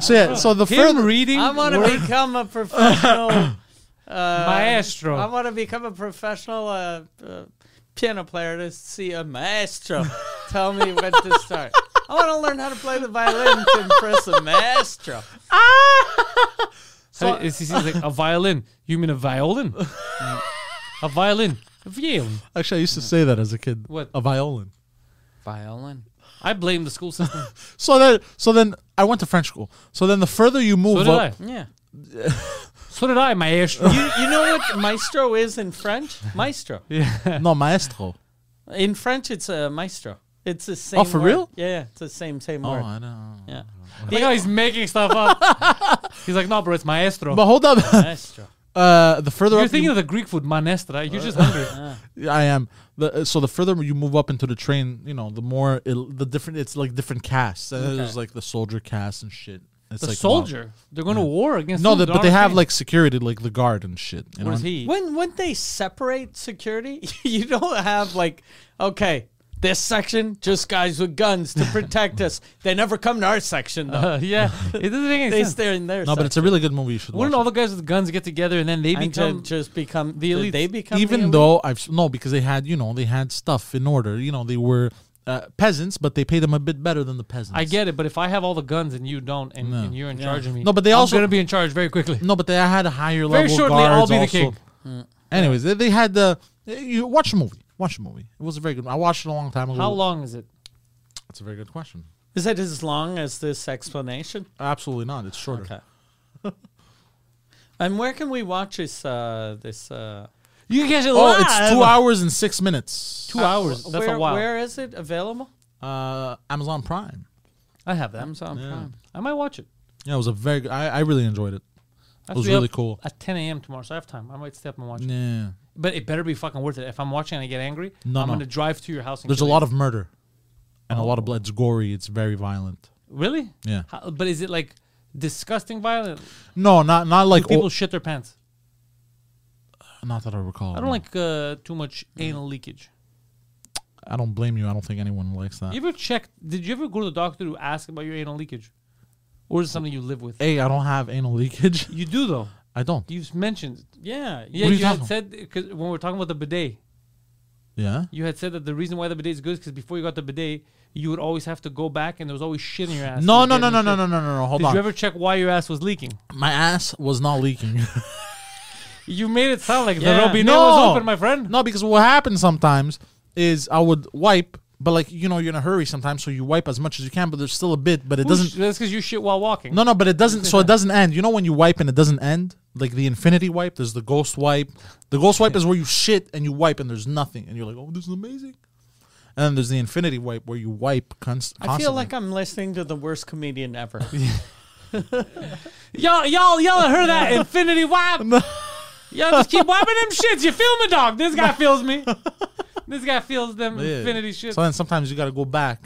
so yeah, so the Him further reading. I want to become a professional uh, Maestro. I want to become a professional uh, uh, piano player to see a maestro tell me when to start. I want to learn how to play the violin to impress a maestro. So it's, it's like a violin. You mean a violin? a violin. A violin. Actually, I used to say that as a kid. What? a violin. Violin. I blame the school system. So then, so then I went to French school. So then, the further you So move did I. up, Yeah. So did I, maestro. You, you know what maestro is in French? Maestro. no maestro. In French, it's a maestro. It's the same. Oh, for word. real? Yeah, yeah, it's the same same Oh, word. I know. Yeah, Like how he's making stuff up. he's like, no, bro, it's maestro. But hold up, maestro. uh, the further You're up you thinking of the Greek food, manestra. You're just hungry. I am. The, uh, so the further you move up into the train, you know, the more il- the different. It's like different casts. And There's like the soldier cast and shit. It's the like, wow. soldier. They're going to war against. No, them. the, They're but on they a have train. like security, like the guard and shit. You know? What is he? When when they separate security, you don't have like, okay, this section just guys with guns to protect us. They never come to our section though. Uh, yeah, it doesn't make they any sense. stay in their. No, but it's a really good movie. You should watch. Wouldn't all it. the guys with guns get together and then they become? just become the the elites. elite. They become Even the elite? though I've s- no, because they had you know they had stuff in order. You know they were uh, peasants, but they paid them a bit better than the peasants. I get it, but if I have all the guns and you don't, and, and you're in charge of me, No, but they I'm also- going to be in charge very quickly. No, but they had a higher Very level. shortly, I'll guards be the also. Uh, king. Anyways, they, they had the. You watch the movie. Watch the movie. It was a very good. I watched it a long time ago. How long is it? That's a very good question. is that as long as this explanation? Absolutely not. It's shorter. Okay. and where can we watch this? Uh, this uh, You can catch it Oh, live. it's two hours and six minutes. Two hours. That's where, a while. Where is it available? Uh, Amazon Prime. I have that. Amazon Prime. I might watch it. Yeah, it was a very. Good, I I really enjoyed it. I It have was to be really up cool. At 10 a.m. tomorrow, so I have time. I might stay up and watch it. Yeah. But it better be fucking worth it. If I'm watching and I get angry, No, I'm no. going to drive to your house. And There's a kill you. lot of murder, and a lot of Oh. blood. It's gory. It's very violent. Really? Yeah. Oh. How, but is it like disgusting violent? No, not not like People o- shit their pants. not that I recall. I don't like uh, too much Mm. anal leakage. I don't blame you. I don't think anyone likes that. You ever checked? Did you ever go to the doctor to ask about your anal leakage, or is it something you live with? A, I don't have anal leakage. You do though. I don't. You've mentioned. it. Yeah, Yeah, are you you had talking said because when we were talking about the bidet, Yeah. you had said that the reason why the bidet is good is because before you got the bidet, you would always have to go back and there was always shit in your ass. No, You no, get no, in no, the no, shit. no, no, no, no. Hold Did on. you ever check why your ass was leaking? My ass was not leaking. You made it sound like Yeah. the robinet no, was open, my friend. No, because what happens sometimes is I would wipe, but like you know, you're in a hurry sometimes, so you wipe as much as you can, but there's still a bit, but it Who sh- doesn't. That's because you shit while walking. No, no, but it doesn't. So it doesn't end. You know when you wipe and it doesn't end, like the infinity wipe. There's the ghost wipe. The ghost wipe is where you shit and you wipe and there's nothing, and you're like, oh, this is amazing. And then there's the infinity wipe where you wipe const- I constantly. feel like I'm listening to the worst comedian ever. Y'all, y'all, y'all heard that infinity wipe? Y'all just keep wiping them shits. You feel me, dog? This guy feels me. This guy feels them Yeah. infinity shits. So then sometimes you gotta go back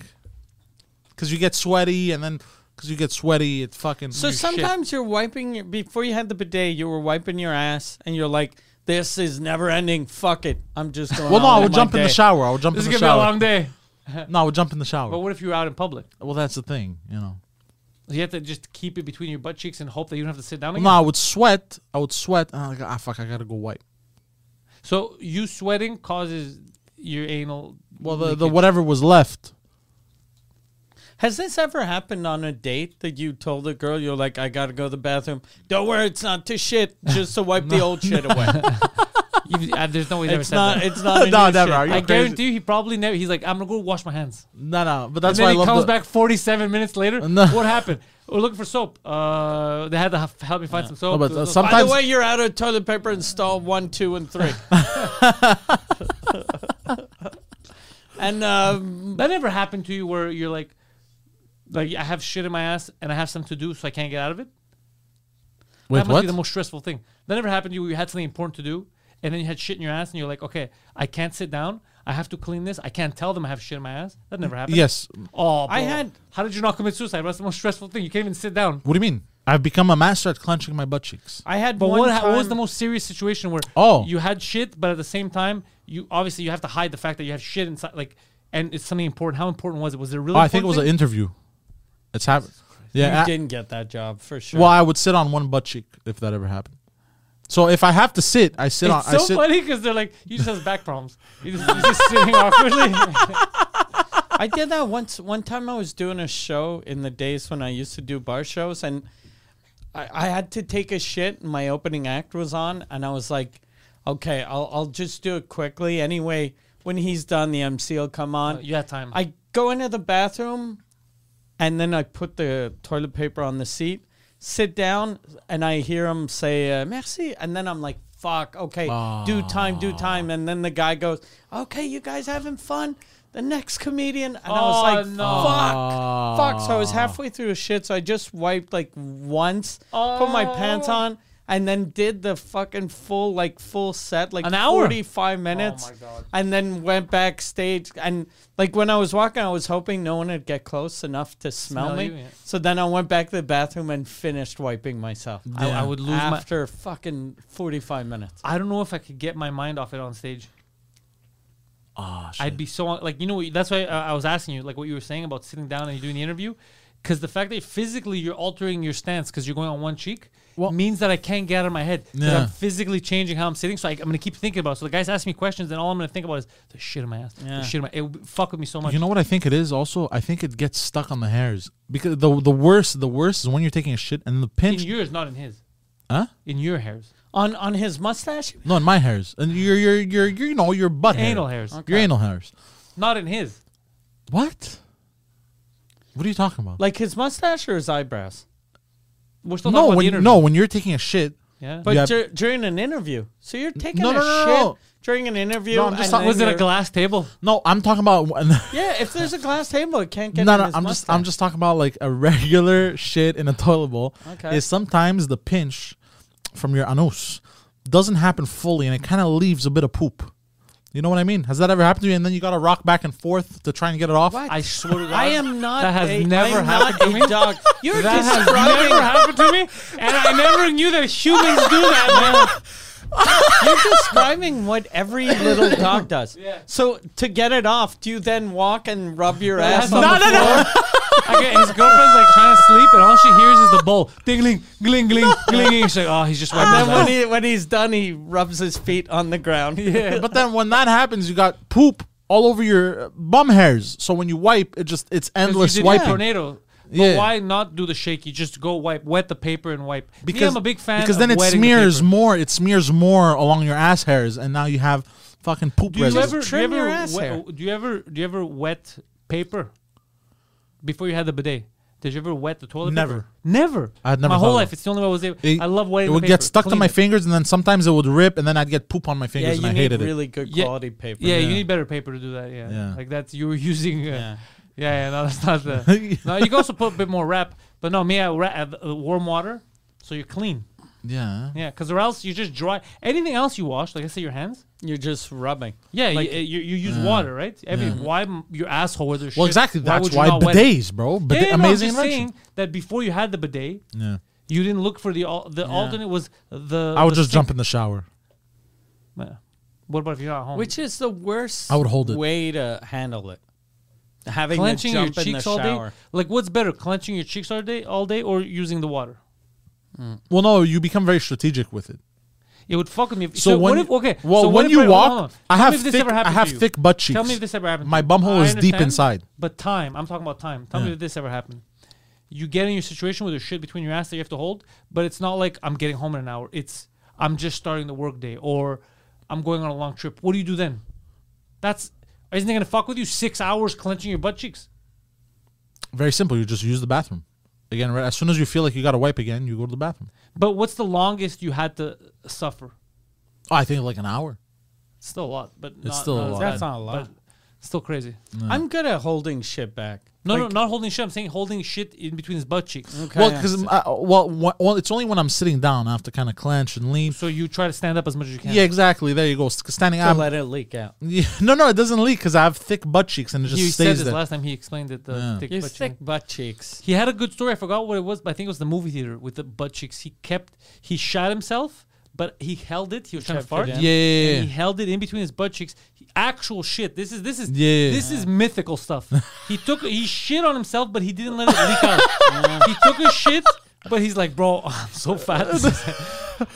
because you get sweaty, and then because you get sweaty, it fucking. So sometimes you're wiping your, before you had the bidet, you were wiping your ass, and you're like, "This is never ending. Fuck it, I'm just going." well, no, all I in would my jump in the day." shower. I would jump Oh this is in the gonna be a shower. long day. No, I would jump in the But shower. what if you were out in public? Well, that's the thing, you know. You have to just keep it between your butt cheeks and hope that you don't have to sit down again. No, I would sweat. I would sweat, and I'm like, ah, fuck, I gotta go wipe. So you sweating causes your anal. Well, the, the leakage. whatever was left. Has this ever happened on a date that you told a girl you're like, I gotta go to the bathroom. Don't worry, it's not to shit, just to wipe the old shit away. You- uh, there's no way he's ever it's said not. that. It's not. a No, new never. shit. Are you I crazy? guarantee you, he probably never. He's like, I'm gonna go wash my hands. No, no. But that's and why I then he love comes the- back 47 minutes later. No. What happened? We're looking for soap. Uh, they had to h- help me find some soap. No, but, There uh, was no- By sometimes- the way, you're out of toilet paper in stall one, two, and three. and um, that never happened to you where you're like, like I have shit in my ass and I have something to do, so I can't get out of it. Wait, that must what? be the most stressful thing. That never happened to you. where You had something important to do, and then you had shit in your ass, and you're like, okay, I can't sit down. I have to clean this. I can't tell them I have shit in my ass. That never happened. Yes. Oh, I bro. had- How did you not commit suicide? That's the most stressful thing. You can't even sit down. What do you mean? I've become a master at clenching my butt cheeks. I had But one what, ha- what was time- the most serious situation where Oh. you had shit, but at the same time, you obviously you have to hide the fact that you have shit inside, like, and it's something important. How important was it? Was it really? Oh, I think it was an important interview. It's happened. Yeah. You I- didn't get that job for sure. well, I would sit on one butt cheek if that ever happened. So if I have to sit, I sit thing? on. It's I so sit. funny because they're like, he just has back problems. He's just, he's just sitting awkwardly. I did that once. One time I was doing a show in the days when I used to do bar shows, and I, I had to take a shit. And my opening act was on, and I was like, "Okay, I'll I'll just do it quickly." Anyway, when he's done, the MC will come on. you had time. I go into the bathroom, and then I put the toilet paper on the seat, sit down, and I hear him say uh, "merci," and then I'm like, "Fuck, okay, do time, do time." And then the guy goes, "Okay, you guys having fun?" The next comedian, and I was Oh, like, no. "Fuck, fuck!" So I was halfway through a shit, so I just wiped like once, put my Oh. pants on. And then did the fucking full like full set like An hour? 45 minutes Oh my God. and then went backstage and like when I was walking, I was hoping no one would get close enough to smell, Smell me. you, yeah. So then I went back to the bathroom and finished wiping myself. I- I would lose my. after fucking forty five minutes. I don't know if I could get my mind off it on stage. Ah, shit. I'd be so like you know what- that's why uh, I was asking you like what you were saying about sitting down and you're doing the interview because the fact that physically you're altering your stance because you're going on one cheek Well- means that I can't get out of my head 'cause Yeah. I'm physically changing how I'm sitting so I, I'm gonna keep thinking about it. so the guys ask me questions and all I'm gonna think about is the shit in my ass the shit in my it would fuck with me so much You know what I think it is also? I think it gets stuck on the hairs. Because the the worst the worst is when you're taking a shit and the in pinch yours not in his Huh? in your hairs On on his mustache? No, in my hairs. And your your your your you know, your butt hair. Anal hairs. Your anal hairs. not in his What? What are you talking about? Like his mustache or his eyebrows? we're still no, talking about the when interview no, when you're taking a shit. yeah But Yeah. dur- during an interview. So you're taking No, a no, no, shit no, no. during an interview. No, I'm just and talking- then was it a you're- glass table No, I'm talking about when- Yeah, if there's a glass table, it can't get No, in no, his I'm just I'm mustache. just talking about like a regular shit in a toilet bowl. Okay. Is sometimes the pinch from your anus doesn't happen fully and it kind of leaves a bit of poop. You know what I mean? Has that ever happened to you? And then you got to rock back and forth to try and get it off. What? I swear to God I am not that has a- never I'm not happened to a me dog. You're That has describing never happened to me, and I never knew that humans do that. You're describing what every little dog does. So to get it off, do you then walk and rub your ass on no, the no, no. floor? Man. Okay, his girlfriend's like trying to sleep, and all she hears is the bowl dingling, gling, gling, gling. She's like, oh, he's just wiping And then when, his ass. he, when he's done, he rubs his feet on the ground. Yeah. But then when that happens, you got poop all over your uh, bum hairs. So when you wipe, it just it's endless You did wiping. tornado. But Yeah. why not do the shaky? Just go wipe, wet the paper and wipe. Because I'm a big fan. because then of it wetting the smears paper. more. It smears more along your ass hairs, and now you have fucking poop. Do you residue. ever trim do you ever your ass wet, hair. Do you ever do you ever wet paper before you had the bidet? Did you ever wet the toilet? Never. paper? never. I'd never My thought whole of life, it. it's the only way I was able. It- I love wetting. It the would paper. get stuck to Clean my it. fingers, and then sometimes it would rip, and then I'd get poop on my Yeah, fingers, you and I need hated really it. good Yeah, quality paper. Yeah, you need better paper to do that. Yeah, Yeah. like that's you were using. Uh, yeah. Yeah. yeah, no, that's not the. no, you can also put a bit more wrap, but no, me, I wrap have, uh, warm water, so you're clean. Yeah. Yeah, because or else you just dry anything else you wash, like I say your hands. You're just rubbing. Yeah, you, you, you use water, right? Every why m- your asshole where there's Well, shit, exactly. That's would you why, not wet it? bidets, bro. Bidet, Yeah, yeah, no, I'm amazing just invention. saying that before you had the bidet, Yeah. you didn't look for the al- the alternate was the. I would the just sink- jump in the shower. Yeah. What about if you're not home? Which is the worst I would hold it. way to handle it. Having to clenching your jump in the cheeks all shower. day? Like, what's better, clenching your cheeks all day, all day, or using the water? Well, no, you become very strategic with it. It would fuck with me. If, So, when what if okay? well, so what when if you I- hold on, hold on. walk, I Tell have me if this thick, ever I happened have to you. thick butt cheeks. Tell me if this ever happened. to My you. bum hole I is deep understand, inside. But time, I'm talking about time. Tell me Yeah. if this ever happened. You get in your situation where there's shit between your ass that you have to hold, but it's not like I'm getting home in an hour. It's I'm just starting the workday or I'm going on a long trip. What do you do then? That's isn't it gonna fuck with you? Six hours clenching your butt cheeks. Very simple. You just use the bathroom. Again, right as soon as you feel like you got to wipe again, you go to the bathroom. But what's the longest you had to suffer? Oh, I think like an hour. It's still a lot, but it's still a lot. That's not a lot. Still crazy. I'm good at holding shit back. No, no, not holding shit. I'm saying holding shit in between his butt cheeks. Well, because well, wh- well, it's only when I'm sitting down I have to kind of clench and lean. So you try to stand up as much as you can. Yeah, exactly. There you go. S- Standing to up. let it leak out. Yeah, no, no, it doesn't leak because I have thick butt cheeks and it just he said stays this there. last time. He explained it. The thick Your butt thick cheek. butt cheeks. He had a good story. I forgot what it was, but I think it was the movie theater with the butt cheeks. He kept. He shot himself, but he held it. He was trying to kept fart. it in. Yeah, yeah, yeah, And he yeah. held it in between his butt cheeks. He- actual shit. This is this is Yeah. this is mythical stuff. he took he shit on himself, but he didn't let it leak out. he took a shit, but he's like, bro, I'm so fat.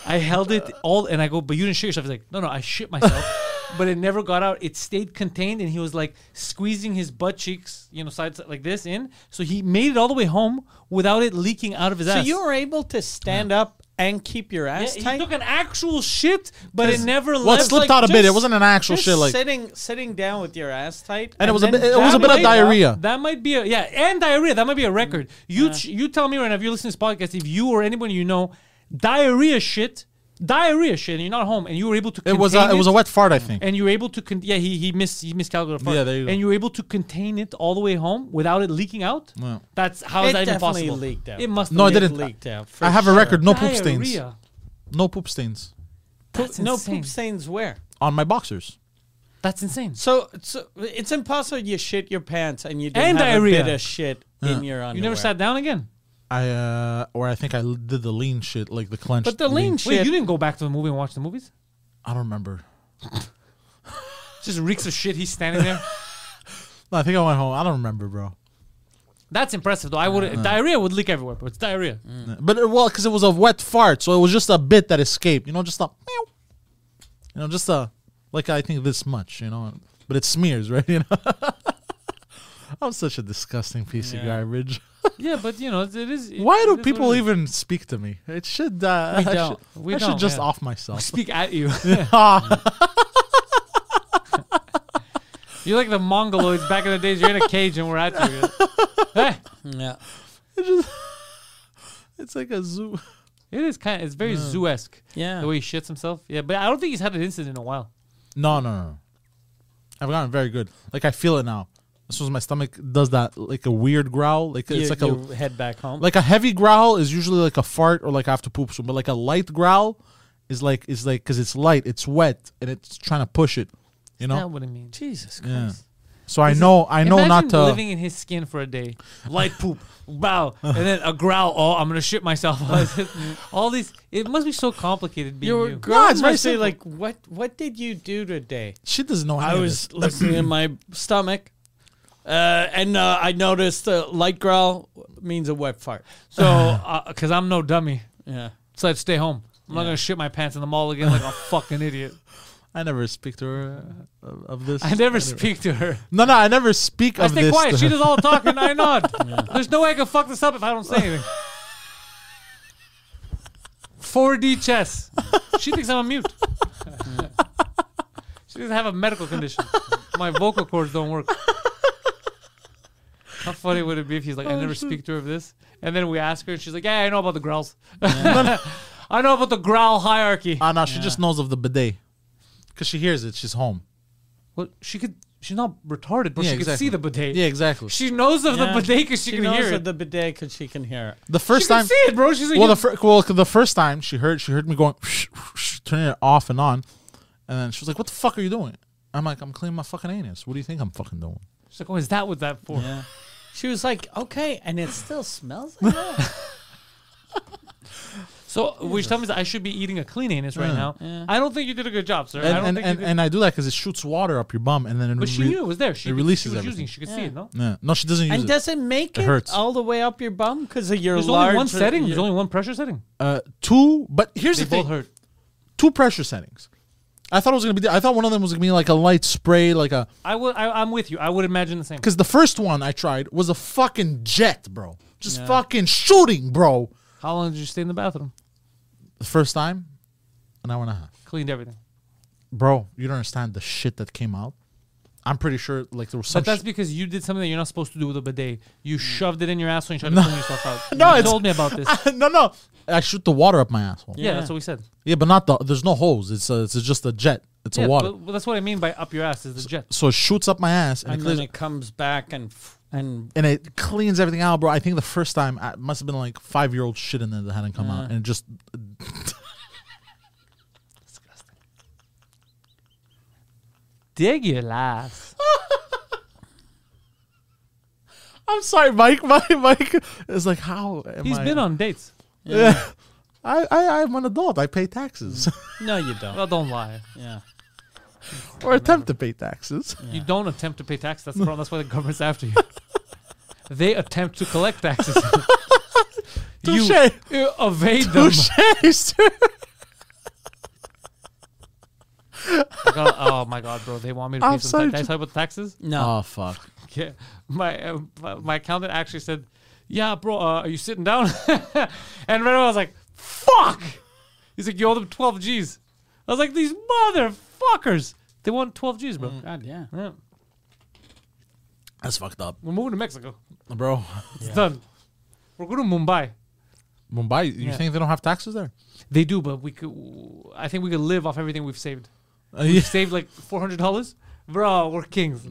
I held it all, and I go, but you didn't shit yourself. He's like, no, no, I shit myself. But it never got out. It stayed contained, and he was like squeezing his butt cheeks, you know, sides like this in. So he made it all the way home without it leaking out of his So ass. you were able to stand up and keep your Yeah, ass he tight. took an actual shit, but it never Well, left. it slipped like, out a bit. It just- wasn't an actual Just shit. Like sitting sitting down with your ass tight, And it was a then bit- it was a bit of jumping up. diarrhea. That might be a yeah, and diarrhea. That might be a record. You ch- you tell me right now if you listen to this podcast, if you or anyone you know, diarrhea shit, diarrhea shit, and you're not home, and you were able to. it was a, contain it was a wet fart. I think. And you were able to con- yeah he he missed he miscalculated a fart. Yeah, there you go. And you were able to contain it all the way home without it leaking out. Wow. That's how is It that even definitely possible? leaked out. It must. No, have it leaked. didn't. leaked out. for I have a sure. record. No poop stains. Diarrhea. No poop stains That's no insane. poop stains where? on my boxers. That's insane. So, so it's impossible you shit your pants and you didn't And have diarrhea. a bit of shit in your underwear. You never sat down again. I uh, or I think I l- did the lean shit, like the clench. But the lean Mm. Wait, shit. you didn't go back to the movie and watch the movies? I don't remember. Just reeks of shit. He's standing there. No, I think I went home. I don't remember, bro. That's impressive though. I would Uh-huh. diarrhea would leak everywhere, but it's diarrhea. But it, well, because it was a wet fart, so it was just a bit that escaped. You know, just a meow. You know, just a like I think this much. You know, but it smears, right? You know. I'm such a disgusting piece of garbage. Yeah, but you know it is. it- Why it is do what people it is. even speak to me? It should. Uh, We I don't. should, We I should don't, just yeah. off myself. speak at you? You're like the Mongoloids back in the days. You're in a cage and we're at you. hey, Yeah. It's like a zoo. it is kind. Of, it's very zoo esque. Yeah. the way he shits himself. Yeah, but I don't think he's had an incident in a while. No, no, no. I've gotten very good. Like I feel it now. As soon as my stomach does that, like a weird growl, like You, it's like you a head back home. like a heavy growl is usually like a fart or like I have to poop soon. But like a light growl is like is like because it's light, it's wet, and it's trying to push it. You know. That would I mean. Jesus Christ. Yeah. So I know I know not uh, Imagine to. living in his skin for a day. Light poop, wow, and then a growl. Oh, I'm gonna shit myself. All these. It must be so complicated being Your you. No, girl it's very must say simple. like, what what did you do today? she doesn't know. I how was listening in my stomach, uh, and uh, I noticed the light growl means a wet fart. So, because I'm no dummy, Yeah. so I'd stay home. I'm not gonna shit my pants in the mall again like a fucking idiot. I never speak to her uh, of, of this. I never speak to her. No, no, I never speak I of stay this. quiet. to She her. does all the talking. I nod. There's no way I can fuck this up if I don't say anything. 4D chess. She thinks I'm a mute. she doesn't have a medical condition. My vocal cords don't work. How funny would it be if he's like, I never speak to her of this? And then we ask her, and she's like, Yeah, I know about the growls. I know about the growl hierarchy. Ah, no, she just knows of the bidet because she hears it. She's home. Well, she could. She's not retarded, but Yeah, she exactly. could see the bidet. Yeah, exactly. She knows of Yeah. the bidet because she, can knows hear that it. the bidet because she can hear it. The first she time, can see it, bro. She's like, well, you- the fir- well, 'cause the first time she heard, she heard me going, turning it off and on, and then she was like, "What the fuck are you doing?" I'm like, "I'm cleaning my fucking anus. What do you think I'm fucking doing?" she's like, oh, is that what that for? She was like, okay, and it still smells like that. So, which tells me that I should be eating a clean anus right now. I don't think you did a good job, sir. I don't And and, think and, you did. and I do that because it shoots water up your bum, and then it but she re- knew it was there. She, it could- releases she was everything. using. She could see it. No, Yeah. No, she doesn't use and it. does it make It it, hurts. all the way up your bum because of your there's large? only one setting. your- There's only one pressure setting. Uh, two, but here's They the thing: both hurt. two pressure settings. I thought it was gonna be. I thought one of them was gonna be like a light spray, like a. I would. I, I'm with you. I would imagine the same. Because the first one I tried was a fucking jet, bro. Just fucking shooting, bro. How long did you stay in the bathroom? The first time, an hour and a half, Cleaned everything. bro. You don't understand the shit that came out. I'm pretty sure like there was some. But that's sh- because you did something that you're not supposed to do with a bidet. You shoved it in your asshole and tried to clean yourself out. Mm. No, you it's- told me about this. no, no. I shoot the water up my asshole. Yeah, yeah, that's what we said. but not the. There's no hose. It's a, it's just a jet. It's yeah, a water. But, but that's what I mean by up your ass is the jet. so it shoots up my ass and, and it then clears, it comes back and f- and and it cleans everything out, bro. I think the first time I must have been like five year old shit in there that hadn't come out, and it just Dig your Oh ass. I'm sorry, Mike. My Mike is like, how? Am He's I- been on dates. Yeah. I, I I'm an adult. I pay taxes Mm. no, you don't. Well, don't lie. Yeah. or attempt to pay taxes. You don't attempt to pay tax. That's the problem. That's why the government's after you. they attempt to collect taxes. you Touche. uh, evade them. Like, oh, oh my god, bro! They want me to pay I'm some sorry, tax. Did I Ju- talk about the taxes? No. Oh fuck! Yeah, my uh, my- my accountant actually said, "Yeah, bro, uh, are you sitting down?" and right away I was like, "Fuck!" He's like, "You owe them twelve G's." I was like, "These motherfuckers! They want twelve G's, Mm. bro." God, yeah. Yeah. That's fucked up, We're moving to Mexico. bro. It's done. We're going to Mumbai. Mumbai, you think they don't have taxes there? They do, but we could. I think we could live off everything we've saved. Uh, yeah. Saved like four hundred dollars, bro. We're kings.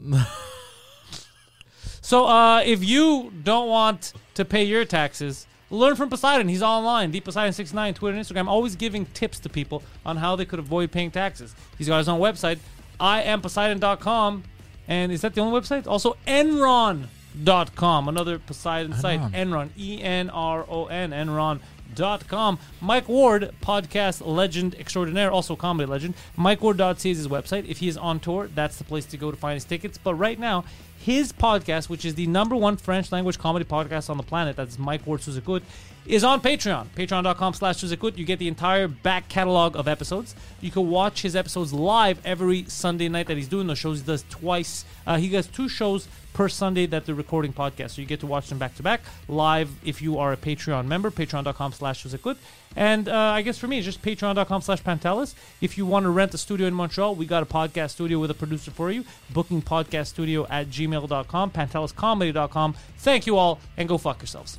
so uh, if you don't want to pay your taxes, learn from Poseidon. He's online. The Poseidon six nine Twitter and Instagram, always giving tips to people on how they could avoid paying taxes. He's got his own website, iampaseidon.com. and is that the only website? Also Enron.com, another Poseidon site. Enron, E N R O N, Enron.com. Mike Ward, podcast legend extraordinaire, also comedy legend. MikeWard.ca is his website. If he is on tour, that's the place to go to find his tickets. But right now, his podcast, which is the number one French language comedy podcast on the planet, that's Mike Ward Suzakut, is on Patreon. Patreon.com slash Suzakut. You get the entire back catalog of episodes. You can watch his episodes live every Sunday night that he's doing those shows. He does twice. Uh, he does two shows per Sunday that they're recording podcasts. So you get to watch them back to back live if you are a Patreon member. Patreon.com slash Suzakut. And uh, I guess for me, it's just patreon.com slash Pantelis. If you want to rent a studio in Montreal, we got a podcast studio with a producer for you. Booking podcast studio at gmail.com, panteliscomedy.com. Thank you all, and go fuck yourselves.